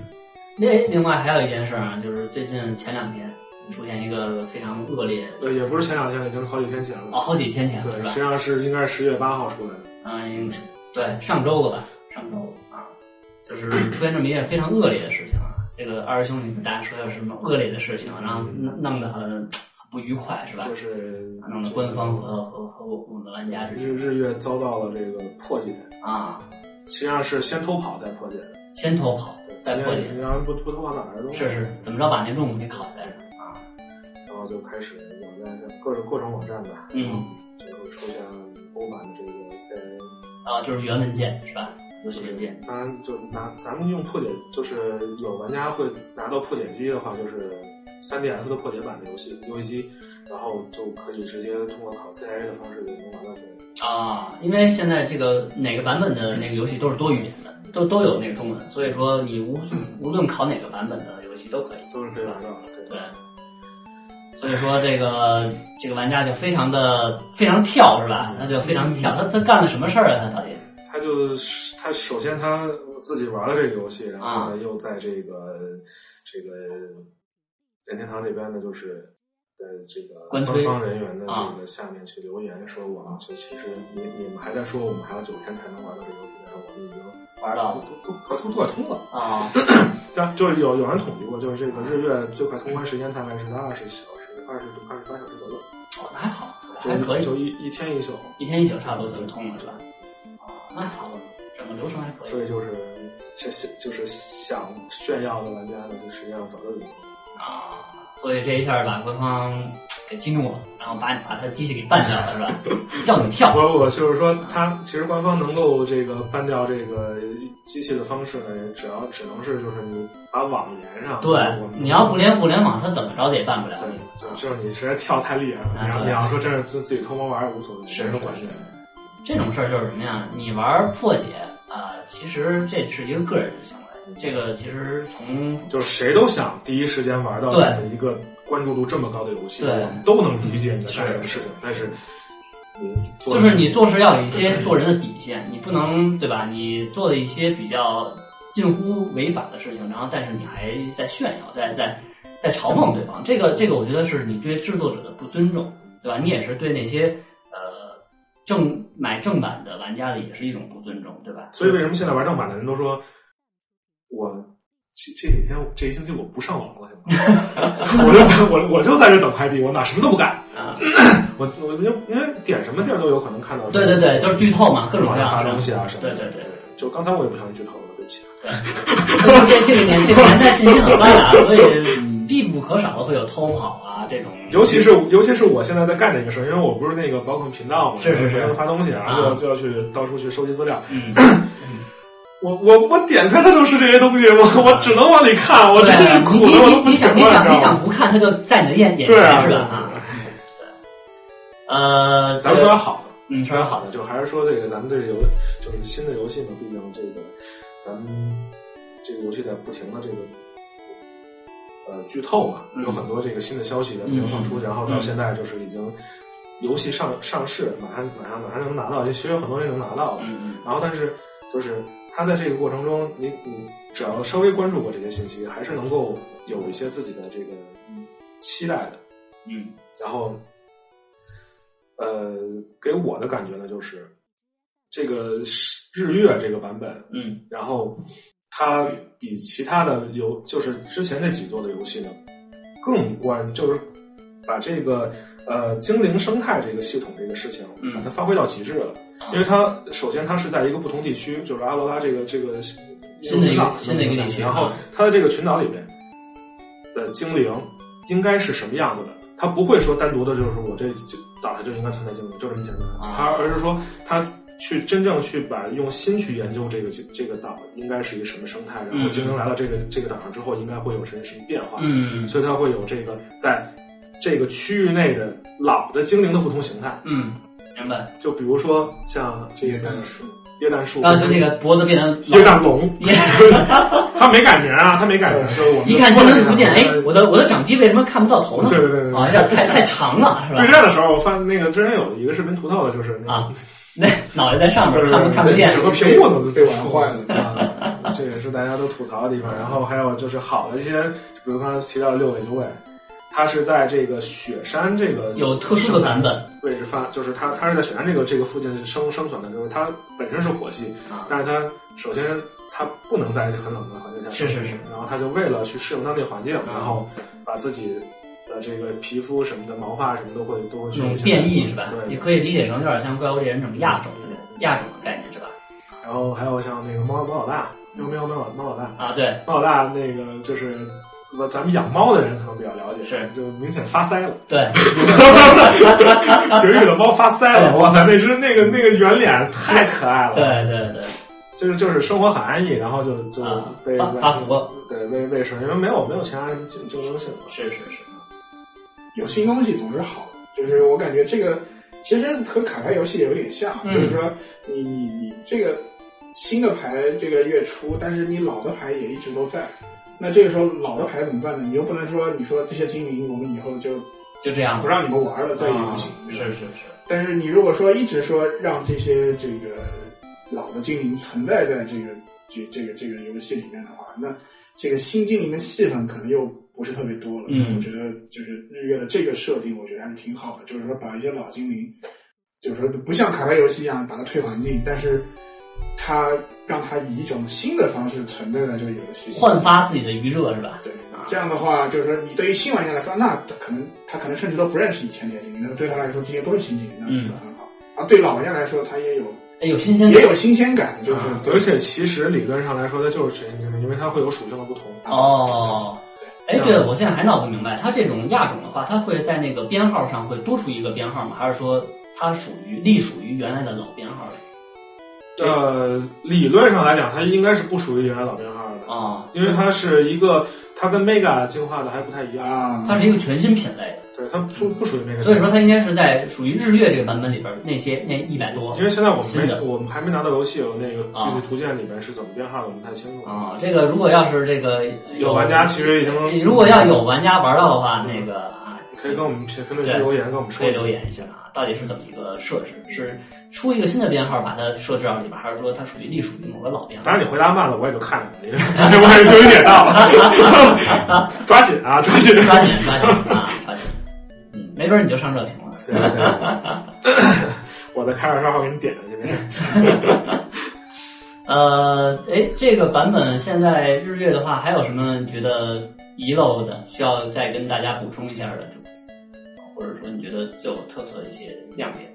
A: 那另外还有一件事儿啊，就是最近前两天出现一个非常恶劣的，
B: 对，也不是前两天，已经是好几天前
A: 哦，
B: 了。
A: 好几天前了
B: 对
A: 是，
B: 实
A: 吧
B: 际？上是应该是十月八号出来的。
A: 嗯，应该是对，上周了吧？上周了啊，就是出现这么一件非常恶劣的事情啊。这个二师兄，你们大家说有什么恶劣的事情，然后弄弄得很很不愉快是吧？
B: 就是
A: 弄得官方和和和我们的玩家之
B: 日
A: 间
B: 日月遭到了这个破解，
A: 啊，
B: 实际上是先偷跑再破解，
A: 先偷跑再破解。
B: 然后不不偷跑哪儿都
A: 是是，怎么着把那任务给考下来啊？
B: 然后就开始网站上各种各种网站吧，
A: 嗯，
B: 最后出现了欧版的这个 CIA，
A: 啊，就是原文件是吧？游戏文件
B: 当然嗯就拿咱们用破解，就是有玩家会拿到破解机的话，就是 3DS 的破解版的游戏游戏机，然后就可以直接通过考 CIA 的方式就能玩到这个。
A: 啊，因为现在这个哪个版本的那个游戏都是多语言的，都都有那个中文，所以说你无无论考哪个版本的游戏都可以。
B: 都是可以玩到的，
A: 对，所以说这个这个玩家就非常的非常跳是
B: 嗯
A: 吧？他就非常跳，他他干了什么事儿啊？他到底
B: 他就是他首先他自己玩了这个游戏，然
A: 啊
B: 后呢又在这个这个任天堂这边呢，就是在这个
A: 官
B: 官
A: 推
B: 方人员的
A: 啊
B: 这个下面去留言说，我们就其实你你们还在说我们还有九天才能玩到这个游戏，但是我们已经
A: 玩到了
B: 都都快通快通了。
A: 啊？
B: 但就是有有人统计过，就是这个日月最快通关时间大概是在二十小时、二十二十八小时左右，
A: 哦，那还好，
B: 就
A: 还可以，
B: 就一一天一宿，
A: 一天一宿差不多就通了是吧？啊，那还好，整个流程还可以
B: 所以就是是就是想炫耀的玩家呢，就实际上早就已经。
A: 啊，所以这一下把官方给激怒了，然后把你把他的机器给办掉了，是吧？ 叫你跳
B: 不不，就是说，它其实官方能够这个搬掉这个机器的方式呢，只要只能是就是你把网连上。
A: 对
B: 我们，
A: 你要不连互联网，他怎么着他也办不了你。
B: 对，就就是你实在跳太厉害了。
A: 啊
B: 你要
A: 对
B: 你要说真是自自己偷摸玩儿无所谓，
A: 是
B: 没人管
A: 是
B: 你
A: 是。这种事儿就是什么呀？你玩破解啊、其实这是一个个人的行为。这个其实从
B: 就是谁都想第一时间玩到
A: 对
B: 这么一个关注度这么高的游戏，
A: 对
B: 我们都能理解你在
A: 是
B: 干什么事情，但是你做
A: 就
B: 的
A: 是
B: 事
A: 你做事要有一些做人的底线，你不能对吧？你做的一些比较近乎违法的事情，然后但是你还在炫耀，在在在嘲讽对方，这个这个我觉得是你对制作者的不尊重，对吧？你也是对那些呃正买正版的玩家的也是一种不尊重，对吧？
B: 所以为什么现在玩正版的人都说，我这这几天这一星期我不上网了，行吗我就我我就在这等快递，我哪什么都不干，
A: 啊、
B: 我我就因为点什么地儿都有可能看到。
A: 对对对，就是剧透嘛，各种
B: 往
A: 各
B: 下
A: 样
B: 发
A: 的
B: 东
A: 事
B: 西啊什么
A: 对
B: 的。
A: 对对。
B: 就刚才我也不小心剧透了，对不起。
A: 这这个年这个年代信息很发达，所以必不可少的会有偷跑啊这种。
B: 尤其是尤其是我现在在干这个事儿，因为我不是那个宝可梦频道嘛，
A: 是是是
B: 然后发东西，然后就
A: 啊
B: 就要去到处去收集资料。
A: 嗯，
B: 我我我点开它就是这些东西，我我只能往里看， 我真
A: 啊对
B: 是
A: 你
B: 苦的我都
A: 你
B: 不
A: 你
B: 行
A: 想
B: 了，
A: 你
B: 知
A: 想你
B: 道吗？
A: 想不看，它就在你的眼眼
B: 对啊
A: 前是吧？啊，对呃，
B: 咱们说点好的。
A: 嗯，说点好的，
B: 就还是说这个咱们对这游就是新的游戏呢，毕竟这个咱们这个游戏在不停的这个呃剧透嘛，
A: 嗯
B: 有很多这个新的消息在不停地放出，然后到现在就是已
A: 嗯
B: 经游戏上上市，马上马上马上能拿到，其实有很多人能拿到的，
A: 嗯嗯
B: 然后但是就是他在这个过程中，你你只要稍微关注过这些信息，还是能够有一些自己的这个期待的。
A: 嗯
B: 然后，呃，给我的感觉呢，就是这个日月这个版本，
A: 嗯
B: 然后它比其他的游，就是之前这几座的游戏呢，更关就是把这个呃精灵生态这个系统这个事情，
A: 嗯
B: 把它发挥到极致了。
A: 啊
B: 因为它首先它是在一个不同地区，就是阿罗拉这个这个
A: 新的一个
B: 群岛
A: 新的一个地区
B: 然后
A: 啊
B: 它的这个群岛里面的精灵应该是什么样子的？它不会说单独的，就是我这岛上就应该存在精灵，就这么简单。
A: 啊
B: 它而是说它去真正去把用心去研究这个这个岛应该是一个什么生态，然后
A: 嗯
B: 精灵来到这个这个岛上之后应该会有什么什么变化，
A: 嗯
B: 所以它会有这个在这个区域内的老的精灵的不同形态。
A: 嗯，明白。
B: 就比如说像这
C: 这
B: 个
C: 个单数，
B: 椰蛋树，
A: 然后就那个脖子变成
B: 椰蛋龙，
A: 椰
B: 它没改名啊，它没改名，就是我们
A: 一看
B: 就
A: 精
B: 说了
A: 灵图鉴，哎，我的我的掌机为什么看不到头呢
B: 对？对对对
A: 啊，有点
B: 对。
A: 太太长了，是吧
B: 对？战的时候，我发那个之前有一个视频图透的，就是那
A: 啊那脑袋在上面，
B: 对对
A: 看
B: 对
A: 不看不见
B: 整。个屏幕都
C: 被玩坏了
B: 啊， 这也是大家都吐槽的地方。然后还有就是好的一些，比如刚才提到的六尾九尾，它是在这个雪山这个
A: 有特殊的版本
B: 位置发，就是它它是在雪山这个这个附近生生存的，就是它本身是火系，
A: 啊，
B: 但是它首先它不能在很冷的环境下
A: 是是是，
B: 然后它就为了去适应当地环境，然后把自己的这个皮肤什么的、毛发什么都会都会
A: 这
B: 去
A: 种变异是吧？
B: 对
A: 也，可以理解成有点像怪物猎人这种亚种的亚种的概念是吧？
B: 然后还有像那个猫猫老大，喵喵喵猫老大，
A: 啊，对，
B: 猫老大那个就是。我咱们养猫的人可能比较了解，
A: 是
B: 就明显发腮了，
A: 对，
B: 绝育的猫发腮了，哇塞，那只那个那个圆脸太可爱了，
A: 对，对对，
B: 就是就是生活很安逸，然后就就
A: 啊
B: 被
A: 发发福，
B: 对，为为什么？因为没有没有其他人竞竞争性了，
A: 是是是，
C: 有新东西总是好的。就是我感觉这个其实和卡牌游戏有点像，啊
A: 嗯
C: 就是说你你你这个新的牌这个月出，但是你老的牌也一直都在。那这个时候老的牌怎么办呢？你又不能说你说这些精灵我们以后就
A: 就这样啊
C: 不。让你们玩了，再也不行。对吧
A: 是是是，
C: 但是你如果说一直说让这些这个老的精灵存在在这个这这个这个游戏里面的话，那这个新精灵的戏份可能又不是特别多了。
A: 嗯
C: 那我觉得就是日月的这个设定，我觉得还是挺好的，就是说把一些老精灵，就是说不像卡牌游戏一样把它推环境，但是它让它以一种新的方式存在在这个游戏里。
A: 焕发自己的余热是吧？
C: 对，这样的话，就是说，你对于新玩家来说，那可能他可能甚至都不认识以前那些精灵，那对他来说，这些都是新精灵，那
A: 嗯
C: 都很好。啊，对老玩家来说，他也有
A: 哎，有新鲜
C: 也
A: 感。
C: 有新鲜感，就是
B: 啊
C: 对
B: 而且其实理论上来说，它就是全新精灵，因为它会有属性的不同。
C: 啊
A: 哦，哎，
B: 像
A: 对了，我现在还闹不明白，它这种亚种的话，它会在那个编号上会多出一个编号吗？还是说它属于隶属于原来的老编号里？
B: 呃，理论上来讲，它应该是不属于原来老编号的，
A: 啊、
B: 因为它是一个，它跟 Mega 进化的还不太一样，
C: 啊，
A: 它是一个全新品类
B: 对，它不不属于 Mega
A: 的，。所以说，它应该是在属于日月这个版本里边那些那一百多
B: 因为现在我们
A: 新
B: 没
A: 的
B: 我们还没拿到游戏，有那个具
A: 啊
B: 体图鉴里面是怎么编号的，我们不太清楚。
A: 啊、这个如果要是这个呃
B: 有玩家其实已经
A: 如果要有玩家玩到的话，那个啊，
B: 可以跟我们评评论区
A: 对
B: 留言，跟我们
A: 可以
B: 说一下
A: 留。言一下啊，到底是怎么一个设置？是出一个新的编号把它设置到里边，还是说它属于隶属于某个老编号
B: 当？然你回答慢了，我也就看着你， 我也就有点到了，抓紧啊，抓 紧。
A: 抓紧抓紧啊，抓紧！嗯，没准你就上热评了。
B: 对对对， 我的开二烧号给你点上去，没事。
A: 呃，哎，这个版本现在日月的话，还有什么你觉得遗漏的，需要再跟大家补充一下的，或者说你觉得最有特色的一些亮点？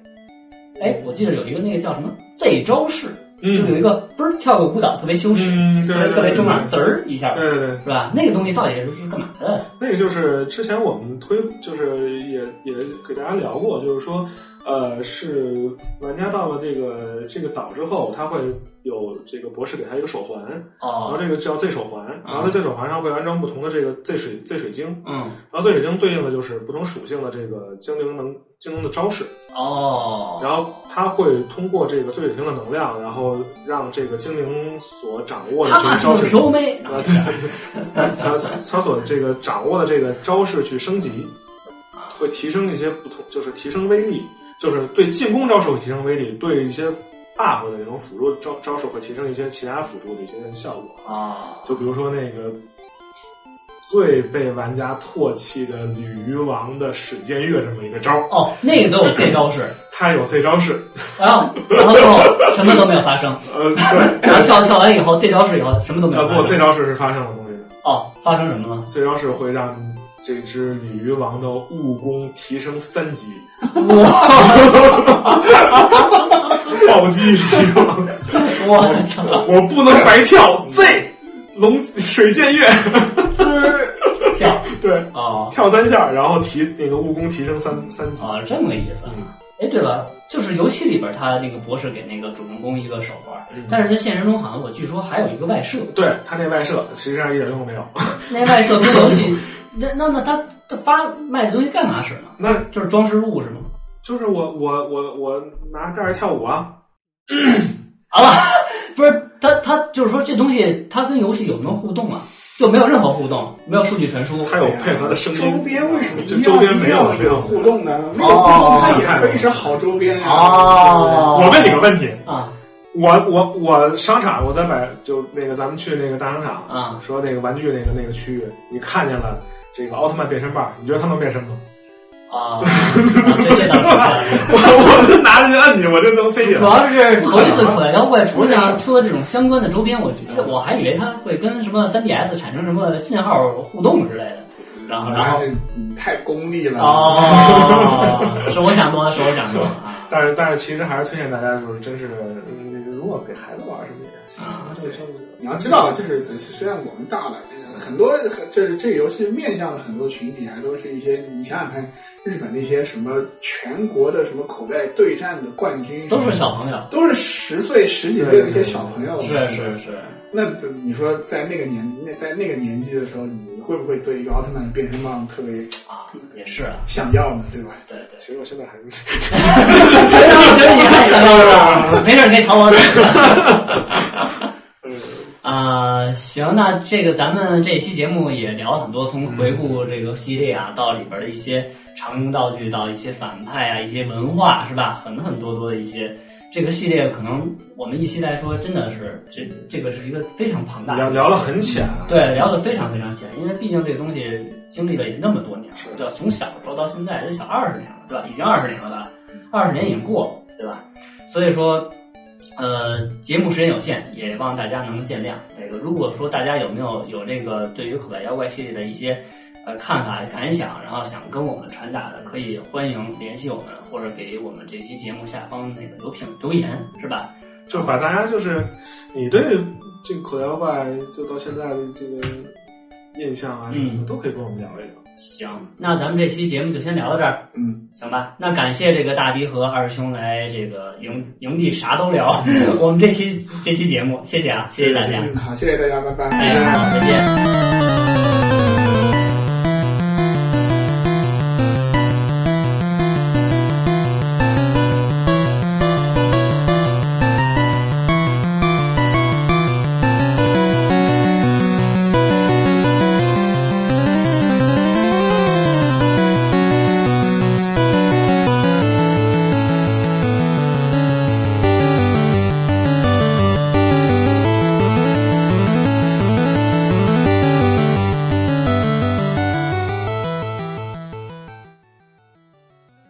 A: 哎，我记得有一个那个叫什么 Z 招式，就有一个不是跳个舞蹈特别羞耻，
B: 嗯，
A: 特别
B: 对对，
A: 嗯特别中二，滋儿一下，
B: 对对对，
A: 是吧？那个东西到底是干嘛的？
B: 那个就是之前我们推，就是也也给大家聊过，就是说，呃，是玩家到了这个这个岛之后，他会有这个博士给他一个手环，然后
A: 哦，
B: 这个叫 Z 手环，然后在 Z 手环上会安装不同的这个 Z 水 Z 水晶，
A: 嗯，
B: 然后 Z 水晶对应的就是不同属性的这个精灵能精灵的招式。
A: 哦，
B: 然后它会通过这个醉水晶的能量，然后让这个精灵所掌握的
A: 他
B: 这
A: 妈
B: 个
A: 是
B: 招
A: 个
B: 式，
A: 飘妹，
B: 啊，它它所这个掌握的这个招式去升级，会提升一些不同，就是提升威力，就是对进攻招式会提升威力，对一些 buff 的这种辅助招招式会提升一些其他辅助的一些效果。
A: 啊，
B: 就比如说那个最被玩家唾弃的鲤鱼王的水剑月这么一个招儿，
A: 哦，那个都有这招式，
B: 它有这招式，
A: 然后然后最后什么都没有发生，
B: 呃， 对，
A: 然后跳跳完以后这招式以后什么都没
B: 呃
A: 有发
B: 不，这
A: 生。
B: 招式是发生了东西的，
A: 哦，发生什么了？
B: 这啊招式会让这只鲤鱼王的悟功提升三级，暴击鲤鱼王，
A: 我操！
B: 我不能白跳 Z 龙水剑月，
A: 滋跳
B: 对，
A: 哦
B: 跳三下，然后提那个悟功提升三三级，
A: 哦，这么个意思。
B: 嗯
A: 哎，对了，就是游戏里边他那个博士给那个主人公一个手环，
B: 嗯
A: 但是在现实中好像我据说还有一个外设，
B: 对他那外设实际上一点用都没有，
A: 那外设 跟游戏，那那那他他发卖的东西干嘛使呢？
B: 那
A: 就是装饰物是吗？
B: 就是我我我我拿盖儿跳舞啊，
A: 不是，他他就是说这东西它跟游戏有没有互动啊？就没有任何互动，没有数据传输。
B: 它有配合的声音。
C: 周边为什么一
B: 这
C: 定
B: 周
C: 要
B: 边
C: 一
B: 没有
C: 定要
B: 没有
C: 有互动呢？没有
A: 哦
C: 互动，它
B: 想
C: 也
B: 看
C: 可以是好周边呀。
A: 哦，
B: 我问你个问题，
A: 啊
B: 我我我商场我在买就那个咱们去那个大商场，
A: 啊，
B: 说那个玩具那个那个区域，你看见了这个奥特曼变身棒，你觉得他能变身吗？
A: 啊，这这倒是。
B: 我我就拿着去摁你，我就能飞 起
A: 主
B: 来。
A: 要是头一次口袋妖怪出现出了这种相关的周边，我觉得我还以为它会跟什么 3DS 产生什么信号互动之类的，然后然
C: 那
A: 后
C: 是你太功利了。
A: 哦， 是我想多了，是我想多了 啊
B: 但是但是其实还是推荐大家就是真是，嗯那个如果给孩子玩什么也行
A: 啊，
B: 这个效果就
C: 你要知道，就是虽然我们大了，这个很多就是这个游戏面向的很多群体还都是一些，你想想看，日本那些什么全国的什么口袋对战的冠军，
A: 都是小朋友，
C: 都是十岁十几岁的一些小朋友，
A: 是是是，
C: 那你说在那个年那在那个年纪的时候，你会不会对一个奥特曼变身棒特别
A: 啊，也是啊，
C: 想要呢？对吧？
A: 对对。
B: 其实我现在还是
A: 我觉得你太想要了，没事儿，你可以淘宝
B: 嗯
A: 啊、行，那这个咱们这一期节目也聊了很多，从回顾这个系列啊，到里边的一些常用道具，到一些反派啊，一些文化是吧？很很多多的一些这个系列，可能我们一期来说，真的是这这个是一个非常庞大的
B: 聊聊了很浅啊。
A: 对，聊得非常非常浅，因为毕竟这个东西经历了也那么多年了，对吧？从小时候到现在，这小二十年了，对吧？已经二十年了吧？二十年已经过了，对吧？所以说，呃，节目时间有限，也望大家能见谅。这个如果说大家有没有有这个对于口袋妖怪系列的一些呃看法、感想，然后想跟我们传达的，可以欢迎联系我们，或者给我们这期节目下方那个留评留言，是吧？
B: 就把大家就是你对这个口袋妖怪就到现在的这个印象啊什么的，
A: 嗯
B: 都可以跟我们聊一聊。
A: 行，那咱们这期节目就先聊到这儿。
C: 嗯，
A: 行吧，那感谢这个大逼和二师兄来这个营营地啥都聊，我们这期这期节目，谢谢啊，谢谢大家，
C: 嗯，好，谢谢大家，拜拜。
A: 哎，好，再见。